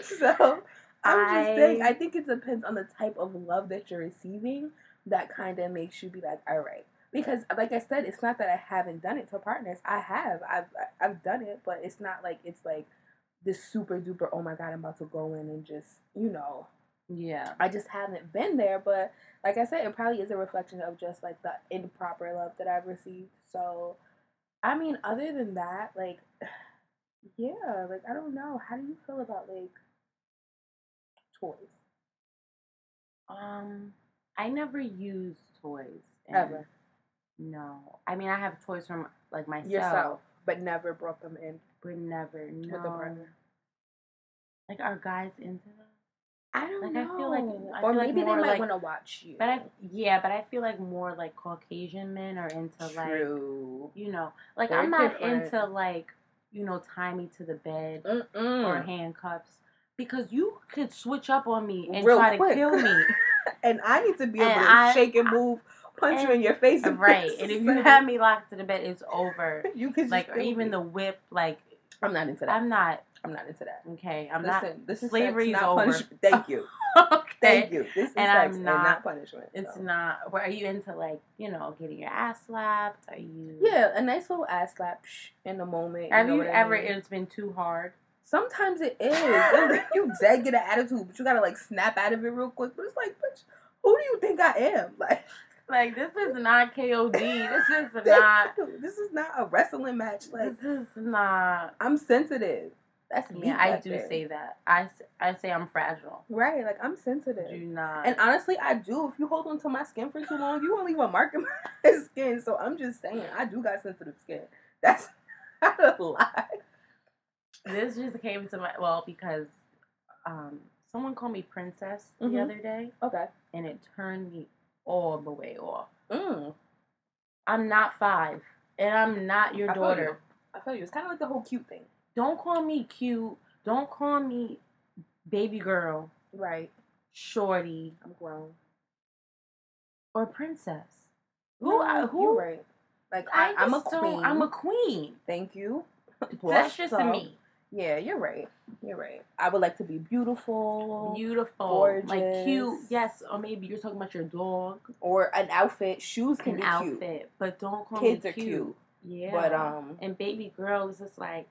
A: so I'm just saying,
C: I-
A: I think it depends on the type of love that you're receiving that kind of makes you be like, all right. Because, like I said, it's not that I haven't done it to partners. I have. I've I've done it, but it's not like it's like this super duper. Oh my god, I'm about to go in and just you know
C: Yeah.
A: I just haven't been there, but like I said, it probably is a reflection of just like the improper love that I've received. So, I mean, other than that, like, yeah, like I don't know. How do you feel about like toys
C: Um, I never used toys and-
A: ever?
C: No, I mean I have toys from like myself,
A: Yourself, but never brought them in
C: but never no.
A: with a partner.
C: Like are guys into that?
A: I don't
C: Like, I feel like-
A: know.
C: I
A: or
C: feel like
A: maybe
C: more,
A: they might
C: like-
A: want to watch you.
C: But I yeah, but I feel like more like Caucasian men are into
A: True.
C: like you know, like
A: They're
C: I'm not
A: different.
C: into like you know tie me to the bed
A: Mm-mm.
C: or handcuffs because you could switch up on me and
A: Real
C: try to
A: quick.
C: kill me.
A: and I need to be able
C: And
A: to
C: I-
A: shake and move, punch you in your face,
C: right, and if you have me locked to the bed, it's over.
A: you could just
C: Like or
A: kill
C: even
A: me.
C: the whip, like
A: I'm not into that.
C: I'm not
A: I'm not into that.
C: okay. I'm not
A: Listen, this is
C: slavery
A: sex,
C: is
A: not
C: over.
A: punishment. Thank you,
C: okay.
A: thank you. This is
C: And
A: sex
C: I'm
A: and
C: not-
A: not punishment.
C: It's
A: so.
C: not. Well, are you into like you know getting your ass slapped? Are you?
A: Yeah, a nice little ass slap psh, in the moment. You
C: Have
A: know
C: you,
A: what I
C: ever?
A: mean?
C: It's been too hard.
A: Sometimes it is. you dead get an attitude, but you gotta like snap out of it real quick. But it's like, bitch, who do you think I am? Like,
C: Like this is not KOD. this is not.
A: this is not a wrestling match. Like,
C: This is not.
A: I'm sensitive. That's me.
C: Yeah, I
A: right
C: do
A: there.
C: say that. I s- I say I'm fragile.
A: right. Like, I'm sensitive.
C: Do not.
A: And honestly, I do. If you hold on to my skin for too long, you won't leave a mark in my skin. So I'm just saying, I do got sensitive skin. That's not a lie.
C: this just came to my well because um someone called me princess the
A: Mhm.
C: other day
A: Okay.
C: and it turned me all the way off.
A: Mm,
C: I'm not five and I'm not your
A: I feel
C: daughter.
A: you. I feel you. It's kind of like the whole cute thing.
C: Don't call me cute. Don't call me baby girl,
A: Right.
C: shorty,
A: I'm grown.
C: or princess.
A: Who?
C: Who? I,
A: Mm, You're
C: who?
A: right. Like I,
C: I
A: am a
C: just don't-
A: queen.
C: I'm a queen.
A: Thank you.
C: That's
A: Blush
C: just
A: up.
C: me.
A: Yeah, you're right. You're right. I would like to be beautiful
C: Beautiful, like cute.
A: gorgeous.
C: Yes, or maybe you're talking about your dog,
A: or an outfit. Shoes can
C: an
A: be
C: outfit,
A: cute.
C: but don't call
A: Kids
C: me
A: are cute.
C: Yeah,
A: But um.
C: and baby girl is just like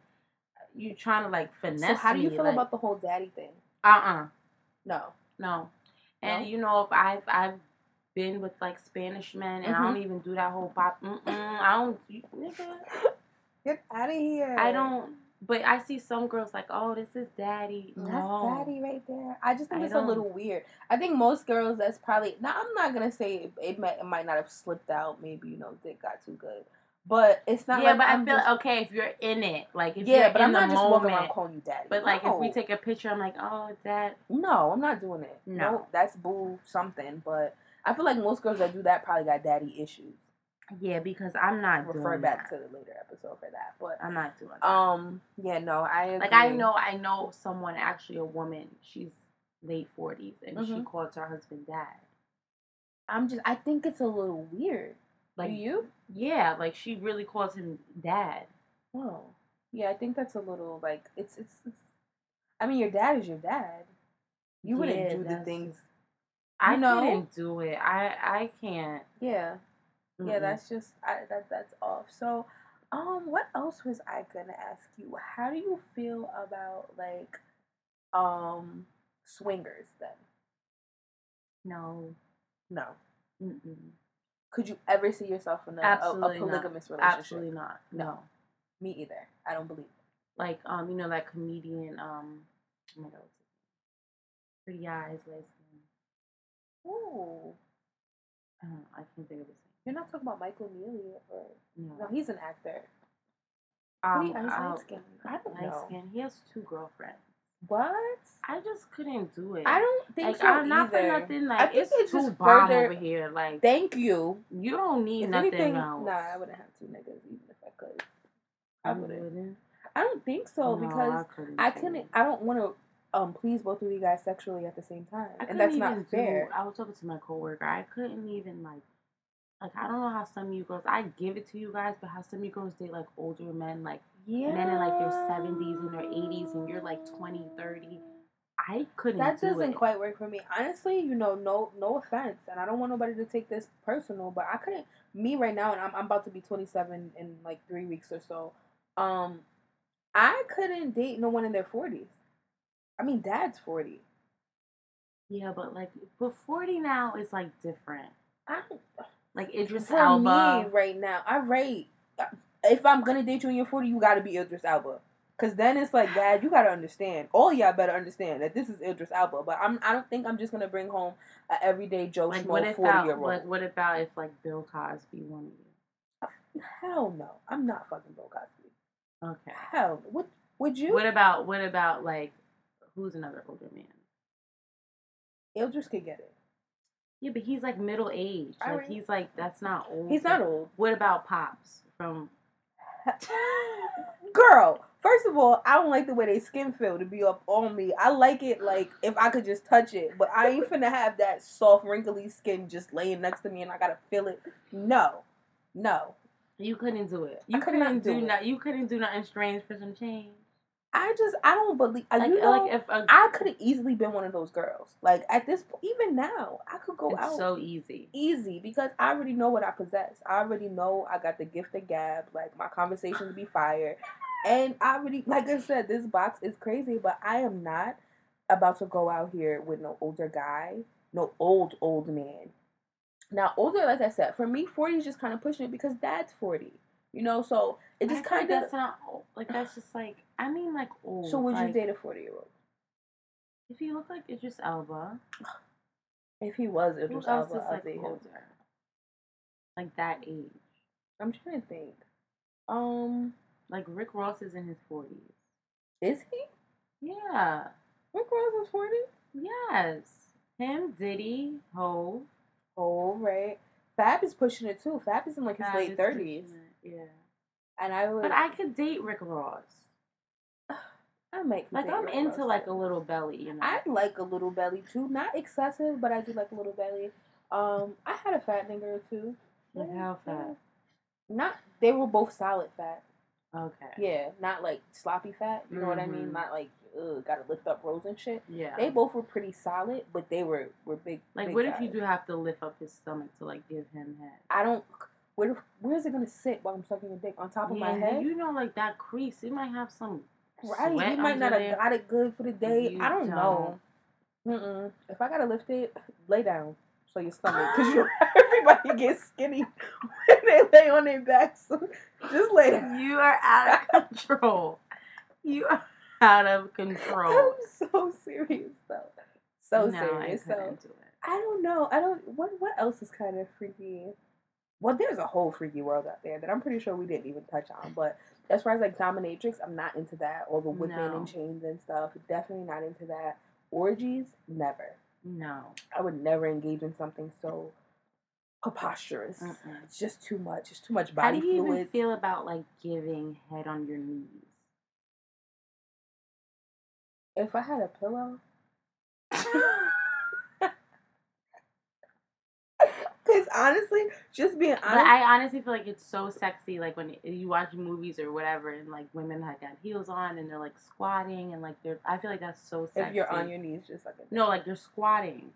C: you trying to like finesse.
A: So how do you
C: me,
A: feel
C: like,
A: about the whole daddy thing?
C: uh uh
A: No.
C: no, and
A: No?
C: you know if I've I've been with like Spanish men and I
A: Mhm.
C: don't even do that whole pop. Mm-mm, I don't, you- nigga.
A: Get out of here.
C: I don't. But I see some girls like, oh, this is daddy.
A: That's
C: no,
A: daddy right there. I just think
C: I
A: it's
C: don't.
A: a little weird. I think most girls, that's probably. Now, I'm not gonna say it, it might it might not have slipped out. Maybe you know, dick got too good, but it's not.
C: yeah,
A: like
C: but i
A: I'm
C: feel
A: just-
C: okay if you're in it. Like if
A: yeah,
C: you're
A: but
C: in
A: I'm
C: the
A: not just walking around
C: moment.
A: calling you daddy.
C: But like if we
A: No.
C: take a picture, I'm like, oh, dad.
A: no, I'm not doing it.
C: No.
A: Nope, that's boo something. But I feel like most girls that do that probably got daddy issues.
C: Yeah, because I'm
A: I
C: not
A: refer
C: doing
A: back
C: that.
A: to the later episode for that. Mm-hmm. But
C: I'm not doing that.
A: um, yeah, no, I agree.
C: like I know, I know someone actually a woman. She's late forties, and she
A: Mhm.
C: calls her husband dad.
A: I'm just. I think it's a little weird.
C: Like
A: do you?
C: yeah, like she really calls him dad.
A: Oh, yeah. I think that's a little like it's it's. it's I mean, your dad is your dad. You wouldn't
C: Yeah,
A: do the
C: that's
A: things.
C: I
A: You know?
C: couldn't do it. I I can't.
A: Yeah, yeah.
C: Mm-mm.
A: That's just I, that that's off. So, um, what else was I gonna ask you? How do you feel about like, um, swingers? Then
C: no.
A: no.
C: Mm-mm.
A: Could you ever see yourself in a, a, a
C: Absolutely not.
A: polygamous relationship?
C: Absolutely not.
A: No.
C: No.
A: Me either. I don't believe. it.
C: Like um, you know that comedian um, oh my God, what's his name? pretty eyes, light skin.
A: Ooh,
C: I don't know, I can't think of his
A: you're not talking about Michael Neely or
C: name. No.
A: no? He's an actor.
C: Um,
A: Pretty eyes,
C: I'll-
A: light skin. I don't
C: light
A: know.
C: skin. He has two girlfriends.
A: What?
C: I just couldn't do it.
A: I don't think
C: like
A: so
C: I'm not
A: either.
C: for nothing.
A: I
C: Like
A: think
C: it's
A: it's
C: too
A: just
C: bomb
A: further-
C: over here. Like
A: Thank you.
C: you don't need
A: If
C: nothing
A: anything,
C: else.
A: nah, I wouldn't have two niggas even if I could. I
C: I
A: wouldn't.
C: wouldn't.
A: I don't think so
C: No,
A: because
C: couldn't.
A: I
C: do
A: couldn't.
C: it.
A: I don't want to um please both of you guys sexually at the same time,
C: I couldn't
A: and that's
C: even
A: not fair.
C: Do, I was talking to my coworker. I couldn't even like, like I don't know how some of you girls. I give it to you guys, but how some of you girls date like older men, like
A: Yeah,
C: men in like their seventies and their eighties, and you're like 20, 30. I couldn't.
A: That
C: do
A: doesn't
C: it.
A: quite work for me, honestly. You know, no, no offense, and I don't want nobody to take this personal, but I couldn't. Me right now, and I'm, I'm about to be 27 in like three weeks or so. Um, I couldn't date no one in their 40s. I mean, dad's 40.
C: Yeah, but like, but 40 now is like different.
A: I,
C: Like Idris
A: for
C: Elba.
A: me right now, I rate. If I'm gonna date you in your 40, you gotta be Idris Alba. Cause then it's like, Dad, you gotta understand. All y'all better understand that this is Idris Alba. But I'm, I don't think I'm just gonna bring home a everyday Joe
C: Like what
A: Schmo
C: if
A: 40 year
C: about
A: old.
C: what, what about if like Bill Cosby wanted you?
A: Hell no, I'm not fucking Bill Cosby.
C: Okay.
A: Hell, would would you?
C: What about what about like who's another older man?
A: Idris could get it.
C: Yeah, but he's like middle age. Like
A: Alright.
C: he's like that's not old.
A: He's not old.
C: What about Pops from
A: Girl, first of all, I don't like the way they skin feel to be up on me. I like it like if I could just touch it, but I ain't finna have that soft, wrinkly skin just laying next to me and I gotta feel it. No, no.
C: You couldn't do it.
A: I
C: You
A: could
C: couldn't
A: not do
C: do
A: it.
C: not you couldn't do nothing strange for some change.
A: I just I don't believe. I
C: Like
A: you know,
C: like if a,
A: I could have easily been one of those girls. Like at this, po- even now, I could go
C: it's
A: out.
C: so easy.
A: easy because I already know what I possess. I already know I got the gift of gab. Like my conversations be fire, and I already, like I said, this box is crazy. But I am not about to go out here with no older guy, no old old man. Now older, like I said, for me, forty is just kind of pushing it because dad's forty. You know, so it
C: I
A: just
C: feel like
A: kind of.
C: that's not old. like that's just like I mean like old.
A: So would you
C: like,
A: date a forty year old?
C: if you look like Idris Elba?
A: If he was Idris
C: who else
A: Elba,
C: is
A: I'd
C: like
A: date him.
C: older? Like that age.
A: I'm trying to think. Um,
C: Like Rick Ross is in his forties.
A: is he?
C: Yeah.
A: Rick Ross is forty.
C: Yes. Him, Diddy, Ho.
A: Oh, right. Fab is pushing it too. Fab is in like his
C: God,
A: late
C: it's just-
A: thirties,
C: Yeah.
A: and I would.
C: But I could date Rick Ross.
A: I might
C: Like
A: date
C: I'm
A: Rick
C: into
A: Ross.
C: like a little belly, you know.
A: I like a little belly too. Not excessive, but I do like a little belly. Um, I had a fat nigga or two.
C: Like, how fat?
A: Not. They were both solid fat.
C: Okay.
A: Yeah, not like sloppy fat. You know what I mean?
C: Mhm.
A: Not like ugh, gotta lift up rolls and shit.
C: Yeah.
A: They both were pretty solid, but they were were big.
C: like
A: big
C: what if you
A: guys.
C: do have to lift up his stomach to like give him head?
A: I don't. Where where is it gonna sit while I'm sucking your dick on top of
C: Yeah,
A: my
C: and
A: head?
C: You know, like that crease, it might have some
A: Right,
C: sweat
A: you might not
C: under
A: have
C: there.
A: got it good for the day.
C: You
A: I don't, know. Mm-mm. If I gotta lift it, lay down so your stomach, because you everybody gets skinny when they lay on their back. So just lay down.
C: You are out of control. You are out of control.
A: I'm so serious though, so
C: no,
A: serious.
C: I
A: So
C: couldn't do it.
A: I don't know. I don't. What what else is kind of freaky? Well, there's a whole freaky world out there that I'm pretty sure we didn't even touch on. But as far as like dominatrix, I'm not into that. Or the woodman
C: No.
A: and chains and stuff. Definitely not into that. Orgies, never.
C: No.
A: I would never engage in something so preposterous.
C: Mm-mm.
A: It's just too much. It's too much
C: How
A: body
C: do you even
A: fluid.
C: feel about like giving head on your knees?
A: if I had a pillow, because honestly, just being
C: But
A: honest,
C: I honestly feel like it's so sexy, like when you watch movies or whatever, and like women have got heels on and they're like squatting and like they're. I feel like that's so sexy.
A: if you're on your knees, just like a
C: No, like they're squatting.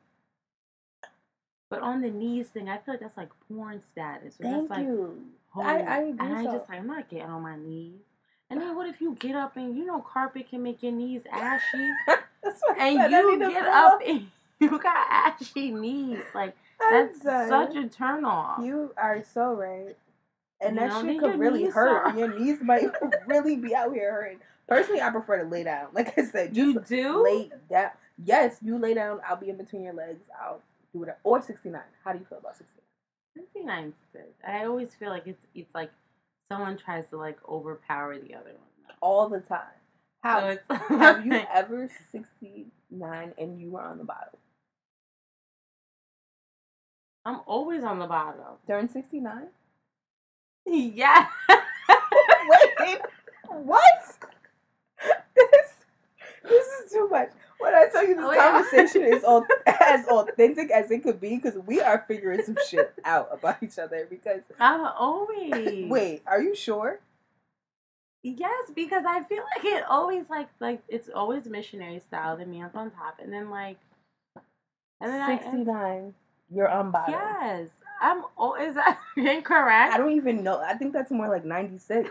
C: But on the knees thing, I feel like that's like porn status. Or
A: Thank
C: that's like
A: you.
C: whole-
A: I- I agree
C: And I
A: so.
C: just like, I'm not getting on my knees. And then what if you get up and you know carpet can make your knees ashy,
A: That's what I
C: and
A: said, I
C: you
A: need a
C: get
A: pillow.
C: up and you got ashy knees. Like
A: I'm
C: that's
A: done.
C: such a turn off.
A: You are so right. And
C: You
A: that
C: know,
A: shit
C: then
A: could
C: your
A: really
C: knees
A: hurt.
C: are-
A: Your knees might really be out here hurting. Personally, I prefer to lay down. Like I said, just
C: you do.
A: lay down. Yes, you lay down. I'll be in between your legs. I'll do whatever. Or 69. How do you feel about 69?
C: 69's good. I always feel like it's it's like someone tries to like overpower the other one.
A: All the time.
C: So
A: How
C: it's like,
A: have you ever 69 and you were on the bottom?
C: I'm always on the bottom.
A: During 69?
C: Yeah.
A: Wait, what? This, this is too much. When I tell you this
C: Oh, yeah.
A: conversation is all, as authentic as it could be, because we are figuring some shit out about each other. Because
C: I'm always.
A: wait, are you sure?
C: Yes, because I feel like it always like like it's always missionary style. The man's on top, and then like, and then I.
A: nine. You're on bottom.
C: Yes, I'm. Oh, is that
A: I
C: incorrect?
A: don't even know. I think that's more like ninety six.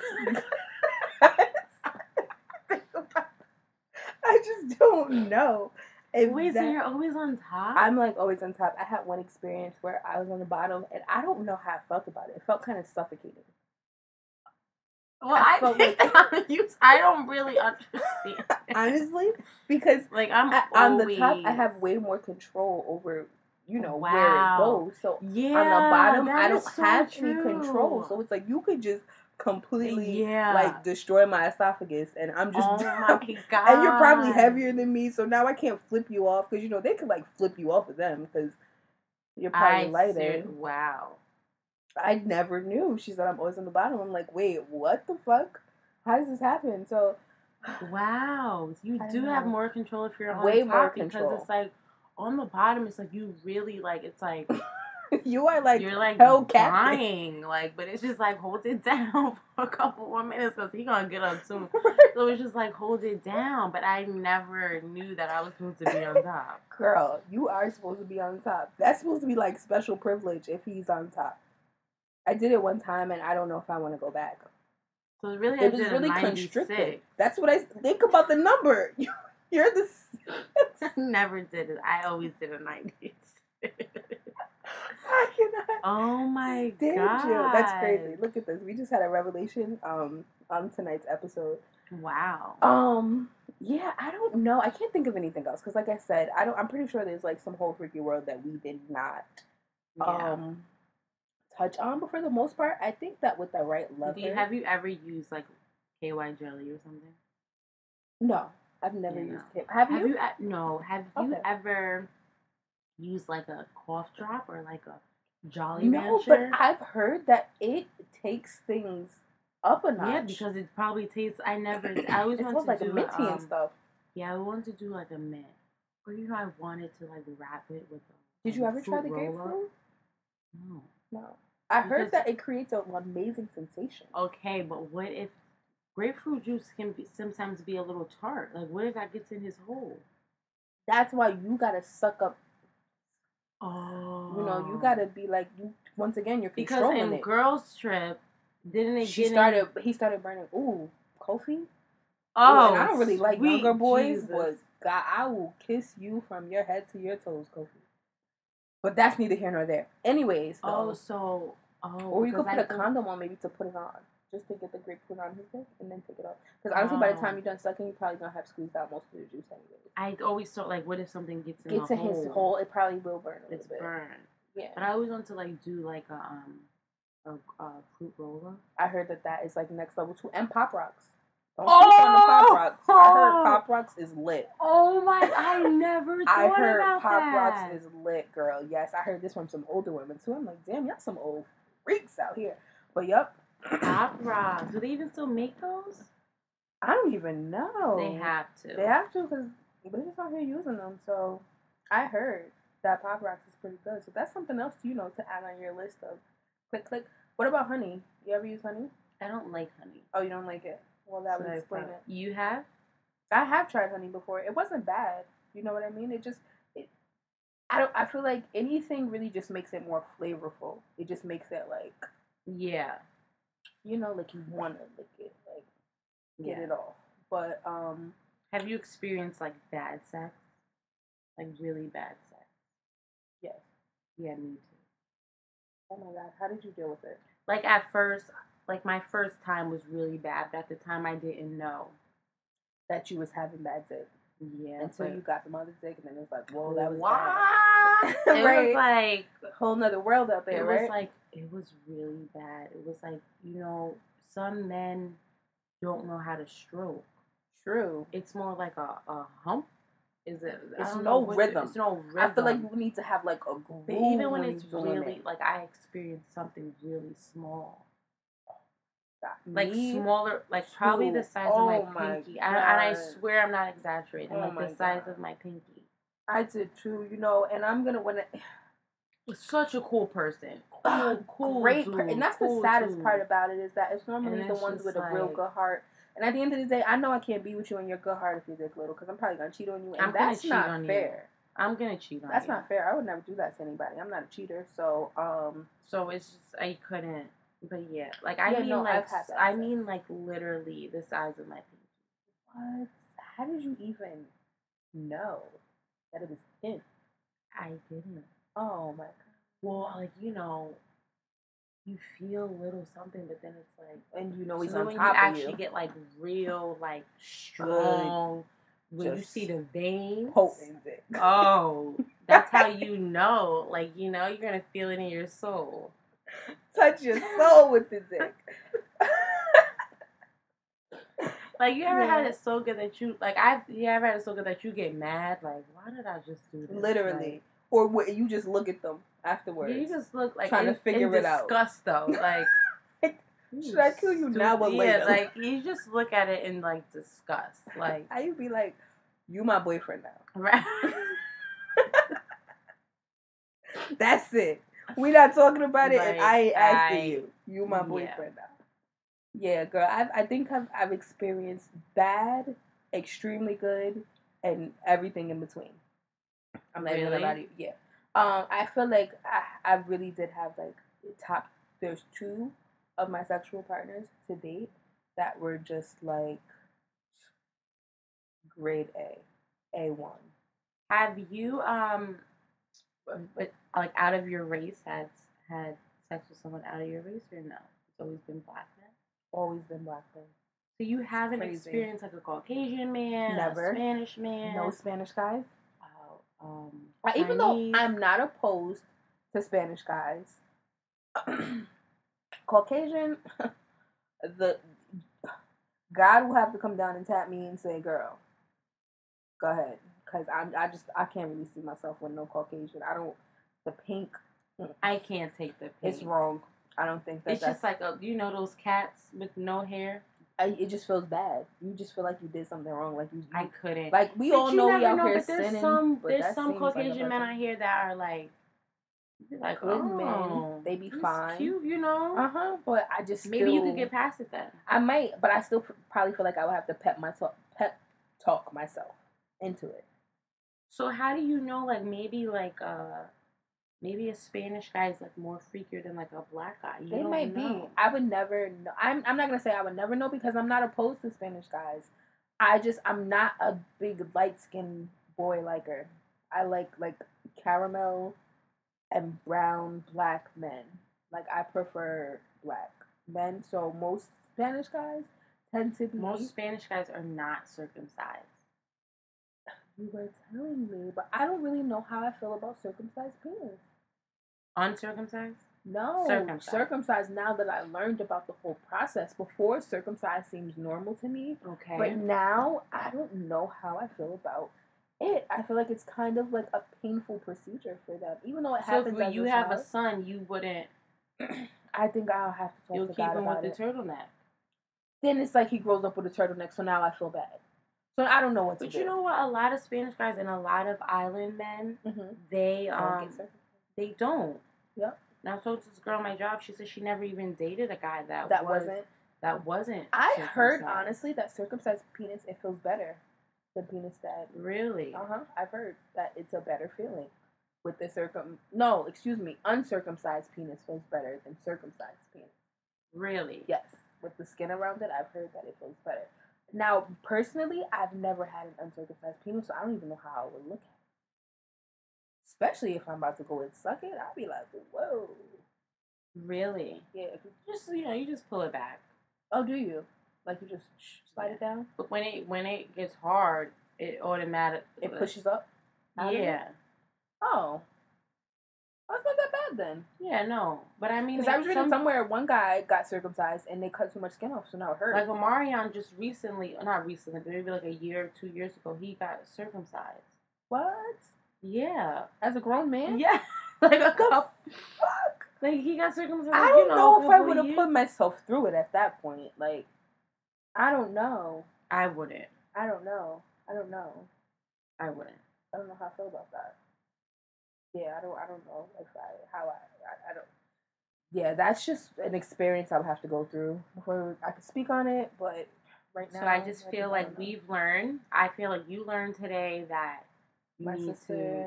A: I just don't know. If
C: Wait,
A: that-
C: so you're always on top?
A: I'm like always on top. I had one experience where I was on the bottom, and I don't know how I felt about it. It felt kind of suffocating.
C: well,
A: I
C: I,
A: felt
C: think
A: like-
C: that I'm used. I don't really understand.
A: Honestly, because
C: Like I'm
A: I, on the
C: always-
A: top, I have way more control over you know
C: Wow.
A: where it goes. So
C: Yeah,
A: on the bottom,
C: that
A: I don't
C: is so
A: have any
C: true.
A: control. So it's like you could just completely
C: yeah,
A: like destroy my esophagus, and I'm just
C: oh my god,
A: and you're probably heavier than me. So now I can't flip you off because you know they could like flip you off of them because you're probably
C: I
A: lighter.
C: ser- wow.
A: I never knew. She said I'm always on the bottom. I'm like, wait, what the fuck? How does this happen? So
C: Wow, you
A: I
C: do
A: know.
C: have more control if you're on
A: Way
C: top
A: more control.
C: because it's like on the bottom, it's like you really like it's like
A: you are like
C: you're like
A: hell cat.
C: dying, like but it's just like hold it down for a couple more minutes because he gonna get up soon. so it's just like hold it down. But I never knew that I was supposed to be on top.
A: girl. You are supposed to be on top. That's supposed to be like special privilege if he's on top. I did it one time, and I don't know if I want to go back.
C: So really, I
A: It was
C: did a
A: really
C: 96.
A: constricted. That's what I think about the number. You're the s-
C: I never did it. I always did a nineties.
A: I cannot.
C: Oh my
A: Did
C: god,
A: you? That's crazy. Look at this. We just had a revelation um on tonight's episode.
C: Wow.
A: Um yeah, I don't know. I can't think of anything else cuz like I said, I don't I'm pretty sure there's like some whole freaky world that we did not
C: Yeah.
A: um touch on, but for the most part, I think that with the right level
C: Do you, have you ever used like KY jelly or something?
A: No, I've never
C: Yeah.
A: used it. Have,
C: Have
A: you?
C: you? e- no. Have you
A: Okay.
C: ever used like a cough drop or like a Jolly
A: No, but
C: Rancher?
A: I've heard that it takes things up a notch.
C: yeah, because it probably tastes. I never. I always
A: it
C: wanted
A: smells
C: to
A: like a
C: do
A: minty
C: um,
A: and stuff.
C: Yeah, I wanted to do like a mint, or you know, I wanted to like wrap it with. A,
A: Did you
C: like,
A: ever
C: fruit
A: try the
C: roll-up.
A: grapefruit?
C: No.
A: No. I
C: Because- Oh.
A: heard that it creates an amazing sensation.
C: Okay, but what if grapefruit juice can be, sometimes be a little tart? Like, what if that gets in his hole?
A: That's why you gotta suck up.
C: Oh,
A: You know, you gotta be like you. Once again, you're
C: because
A: controlling
C: in
A: it.
C: Girls Trip, didn't it
A: she
C: get in-
A: started. He started burning. Ooh, Kofi.
C: Oh,
A: Ooh, and I don't really like
C: sweet
A: younger boys,
C: Jesus.
A: but God, I will kiss you from your head to your toes, Kofi. But that's neither here nor there. Anyways,
C: oh,
A: though,
C: so oh,
A: or you could
C: because
A: put
C: I
A: a
C: thought-
A: condom on maybe to put it on, just to get the grapefruit on his dick and then take it off. Because honestly, by the
C: Oh.
A: time you're done sucking, you probably gonna have squeezed out most of the juice anyway.
C: I always thought like, what if something gets in
A: Gets
C: the
A: in his hole, it probably will burn a
C: It's
A: little bit.
C: burned.
A: Yeah.
C: But I always wanted to like do like a um a, a fruit roller.
A: I heard that that is like next level too, and pop rocks. Don't sleep on the
C: Oh!
A: pop rocks. I heard
C: Oh!
A: pop rocks is lit.
C: Oh my! I never
A: I
C: thought
A: heard
C: about
A: pop
C: that.
A: rocks is lit, girl. Yes, I heard this from some older women too. I'm like, damn, y'all some old freaks out here. But yep,
C: Pop rocks. Do they even still make those?
A: I don't even know.
C: They have to.
A: They have to because we're just out here using them. So I heard that pop rocks is pretty good. So that's something else you know to add on your list of click click. What about honey? You ever use honey?
C: I don't like honey.
A: Oh, you don't like it? Well, that
C: So
A: would
C: I
A: explain
C: prob-
A: it.
C: You have?
A: I have tried honey before. It wasn't bad. You know what I mean? It just it I don't I feel like anything really just makes it more flavorful. It just makes it like
C: Yeah.
A: you know, like you wanna lick it, like get
C: yeah.
A: it off. But um
C: Have you experienced like bad sex? Like really bad sex?
A: yes.
C: Yeah, me too.
A: Oh my god, how did you deal with it?
C: Like at first, like my first time was really bad, but at the time I didn't know.
A: That you was having bad dick
C: Yeah.
A: until
C: but-
A: you got the mother dick and then it was like, Whoa, that was bad.
C: What? It was
A: Right.
C: like
A: whole nother world out there,
C: it
A: right?
C: was like it was really bad. It was like you know some men don't know how to stroke.
A: True.
C: It's more like a, a hump. Is it? I
A: It's
C: don't
A: no
C: know what the-
A: rhythm.
C: It's no rhythm.
A: I feel like you need to have like a groove.
C: But even when
A: you're
C: it's
A: doing
C: really
A: it.
C: like I experienced something really small, like
A: Me-
C: smaller, like probably the
A: too.
C: size
A: Oh
C: of
A: my
C: my pinky. I, and I
A: God.
C: swear I'm not exaggerating.
A: Oh
C: like
A: my
C: the size
A: God.
C: of my pinky.
A: I did too, you know, and I'm gonna when
C: Such a cool person.
A: a
C: Cool, cool,
A: great
C: dude,
A: part, and that's
C: cool
A: the saddest
C: dude.
A: part about it is that it's normally
C: And
A: the
C: it's
A: ones
C: just
A: with a real
C: like-
A: good heart. And at the end of the day, I know I can't be with you in your good heart if you're dick little, because I'm probably gonna cheat on you, and
C: I'm gonna
A: that's
C: cheat
A: not
C: on you.
A: fair.
C: I'm gonna cheat on
A: That's
C: you.
A: not fair. I would never do that to anybody. I'm not a cheater, so um,
C: So it's just I couldn't. But yeah, like I
A: Yeah,
C: mean,
A: no,
C: like
A: I've had
C: s-
A: that
C: I
A: too.
C: mean, like literally the size of my pinky.
A: what? How did you even know? that it was him.
C: I didn't.
A: Oh my
C: Well, like you know, you feel a little something, but then it's like
A: god! And you know he's
C: so
A: on
C: when
A: top
C: you
A: of
C: actually
A: you.
C: get like real, like strong, when you
A: just
C: see the veins.
A: Potent dick.
C: Oh, that's how you know. Like you know, you're gonna feel it in your soul.
A: Touch your soul with the dick.
C: Like you ever had
A: Yeah.
C: it so good that you like I've you ever had it so good that you get mad? Like why did I just do this?
A: Literally. Or what, you just look at them
C: Like,
A: afterwards.
C: you just look like
A: Trying to
C: in,
A: figure
C: in
A: it out.
C: disgust though. Like you
A: Should I kill you now or
C: stupid-
A: later?
C: Yeah, like you just look at it in like disgust. Like
A: I would be like, you my boyfriend now.
C: right.
A: That's it. We're not talking about it. and
C: Like,
A: I ain't asking
C: I-
A: you. You my
C: yeah.
A: boyfriend now. Yeah, girl. I've, I think I've, I've experienced bad, extremely good, and everything in between. I'm not even gonna
C: Really?
A: lie to you. Yeah. Um, I feel like I, I really did have like top. There's two of my sexual partners to date that were just like grade A, A one.
C: Have you um, but like out of your race had had sex with someone out of your race or no? It's always been black men.
A: Always been black men.
C: So you haven't
A: Crazy.
C: experienced like a Caucasian man,
A: Never.
C: a Spanish man,
A: No Spanish guys.
C: wow, um,
A: Uh, Even though
C: Chinese?
A: I'm not opposed to Spanish guys, Caucasian, the God will have to come down and tap me and say, "Girl, go ahead," because I'm I just I can't really see myself with no Caucasian. I don't the pink.
C: I can't take the pain.
A: It's wrong. I don't think that
C: It's
A: that's.
C: just like a, you know those cats with no hair.
A: I, it just feels bad. You just feel like you did something wrong. Like you,
C: I couldn't.
A: Mm. like we
C: But
A: all
C: you
A: know
C: never
A: we out
C: know,
A: here
C: but there's
A: sinning,
C: some
A: but
C: there's
A: that
C: some
A: seems like a
C: Caucasian men
A: person.
C: out here that are like you're like
A: Good men,
C: oh,
A: they be
C: he's
A: fine.
C: cute, you know.
A: Uh huh. But I just
C: Maybe you
A: still-
C: could get past it then.
A: I might, but I still pr- probably feel like I would have to pep my talk, pep talk myself into it.
C: So how do you know like maybe like uh maybe a Spanish guy is like more freakier than like a black guy? You
A: They
C: don't
A: might
C: know.
A: be. I would never know. I'm, I'm not gonna say I would never know because I'm not opposed to Spanish guys. I just I'm not a big light skinned boy liker. I like like caramel and brown black men. Like I prefer black men. So most Spanish guys tend to be.
C: Most Spanish guys are not circumcised.
A: you were telling me, but I don't really know how I feel about circumcised penis.
C: Uncircumcised?
A: No, circumcised.
C: Circumcised.
A: now that I learned about the whole process. Before, circumcised seems normal to me.
C: Okay.
A: But now, I don't know how I feel about it. I feel like it's kind of like a painful procedure for them. Even though it
C: so
A: happens
C: if
A: as
C: you
A: a
C: have
A: child,
C: a son, you wouldn't
A: I think I'll have to talk
C: you'll
A: to
C: keep
A: God
C: him
A: about
C: with
A: it.
C: the turtleneck.
A: then it's like he grows up with a turtleneck, so now I feel bad. So I don't know what to
C: But
A: do.
C: you know what? A lot of Spanish guys and a lot of island men,
A: Mhm.
C: they
A: I don't
C: um
A: get circumcised.
C: they don't.
A: Yep.
C: Now so this girl at my job, she said she never even dated a guy that,
A: that
C: was,
A: wasn't.
C: that wasn't
A: I heard
C: circumcised.
A: honestly that circumcised penis it feels better than penis that
C: Really?
A: Uh huh. I've heard that it's a better feeling with the circum. No, excuse me. Uncircumcised penis feels better than circumcised penis.
C: Really?
A: Yes, with the skin around it, I've heard that it feels better. Now, personally, I've never had an uncircumcised penis, so I don't even know how I would look at it. Especially if I'm about to go and suck it, I'll be like, whoa.
C: Really?
A: Yeah. if you-
C: Just you know, you just pull it back.
A: Oh, do you? Like you just slide it down?
C: But when it when it gets hard, it automatic uh,
A: It pushes up. out of it?
C: Yeah.
A: Oh. That's not that bad then.
C: Yeah. No. But I mean,
A: Because I was
C: it's
A: reading
C: some-
A: somewhere one guy got circumcised and they cut too much skin off, so now it hurts.
C: like Omarion just recently, not recently, but maybe like a year or two years ago, he got circumcised.
A: what?
C: Yeah.
A: As a grown man?
C: Yeah. like a
A: The
C: couple.
A: fuck?
C: Like he got circumcised.
A: I
C: like,
A: don't
C: you
A: know,
C: know,
A: if I would have
C: years.
A: put myself through it at that point. Like, I don't know.
C: I wouldn't.
A: I don't know. I don't know.
C: I wouldn't.
A: I don't know how I feel about that. Yeah, I don't. I don't know if I how I I, I don't. Yeah, that's just an experience I would have to go through before I could speak on it. But right now,
C: so I just
A: think
C: feel
A: I
C: like
A: don't know.
C: we've learned. I feel like you learned today that you
A: my
C: need
A: sister.
C: to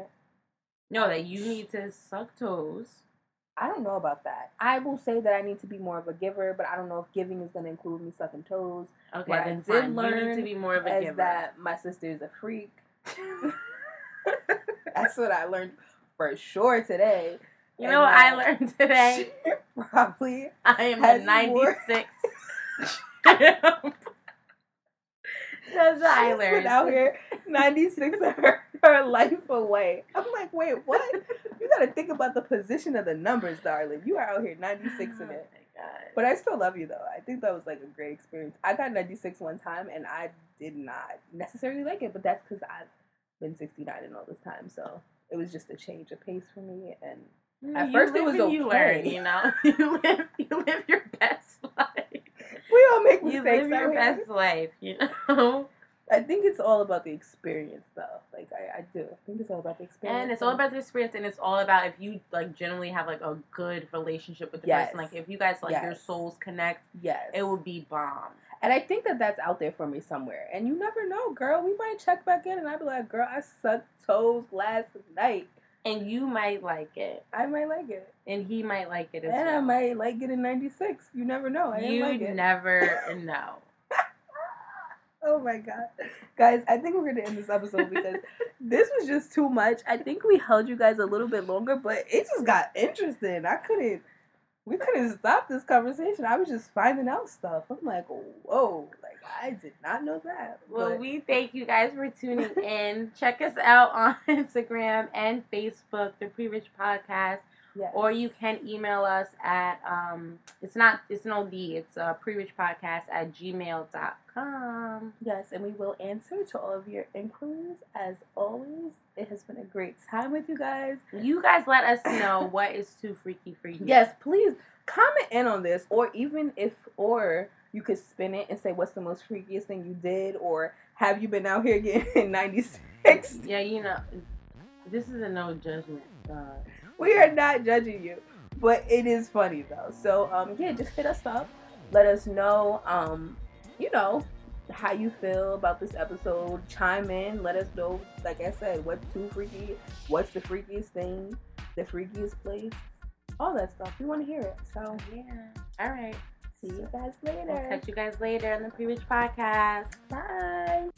C: no that you need to suck toes.
A: I don't know about that. I will say that I need to be more of a giver, but I don't know if giving is going to include me sucking toes.
C: Okay,
A: What I
C: then
A: did
C: fine. you
A: learn
C: need to be more of a
A: As
C: giver.
A: that my sister is a freak. That's what I learned for sure today.
C: You
A: And
C: know what I
A: now-
C: learned today?
A: Probably.
C: I am
A: Has
C: a
A: more-
C: 96. That's what I
A: She's been
C: learned.
A: out here, 96 of her, her life away. I'm like, wait, what? You gotta think about the position of the numbers, darling. You are out here 96 in it.
C: Oh
A: But I still love you though. I think that was like a great experience. I got 96 one time and I did not necessarily like it, but that's because I've been 69 in all this time. So it was just a change of pace for me. And
C: my God.
A: At
C: You
A: first it
C: live
A: was
C: and You
A: okay.
C: learn, you know. You live, you live your best life.
A: we all make
C: You
A: mistakes.
C: live your
A: out here.
C: best life, you know.
A: I think it's all about the experience though. Like I, I do. I think it's all about the experience.
C: And it's all about the experience, and it's all about if you like generally have like a good relationship with the person.
A: Yes.
C: Like if you guys like your
A: Yes.
C: souls connect,
A: yes.
C: it would be bomb.
A: And I think that that's out there for me somewhere. And you never know, girl. We might check back in and I'd be like, girl, I sucked toes last night.
C: And you might like it,
A: I might like it.
C: and he might like it as
A: and
C: well.
A: I might like it in 96. You never know. I didn't
C: you
A: like it.
C: never know.
A: oh my God. Guys, I think we're going to end this episode because this was just too much. I think we held you guys a little bit longer, but it just got interesting. I couldn't, we couldn't stop this conversation. I was just finding out stuff. I'm like, whoa, like I did not know that.
C: Well,
A: But-
C: we thank you guys for tuning in. Check us out on Instagram and Facebook, The Pre-Rich Podcast,
A: yes.
C: or you can email us at, um, it's not, it's no D, it's uh, pre-rich podcast at gmail.com.
A: Yes, and we will answer to all of your inquiries as always. It has been a great time with you guys.
C: You guys let us know what is too freaky for you.
A: Yes, please comment in on this, or even if, or you could spin it and say, What's the most freakiest thing you did? Or have you been out here getting 96?
C: Yeah, you know, this is a no judgment. Uh,
A: We are not judging you, but it is funny though. So, um, yeah, just hit us up. Let us know, um, you know, how you feel about this episode. Chime in. Let us know, like I said, what's too freaky, what's the freakiest thing, the freakiest place, all that stuff. We want to hear it. So,
C: Oh, yeah. All right.
A: see you guys
C: We'll
A: later.
C: catch you guys later on the Pre-Rich Podcast.
A: Bye.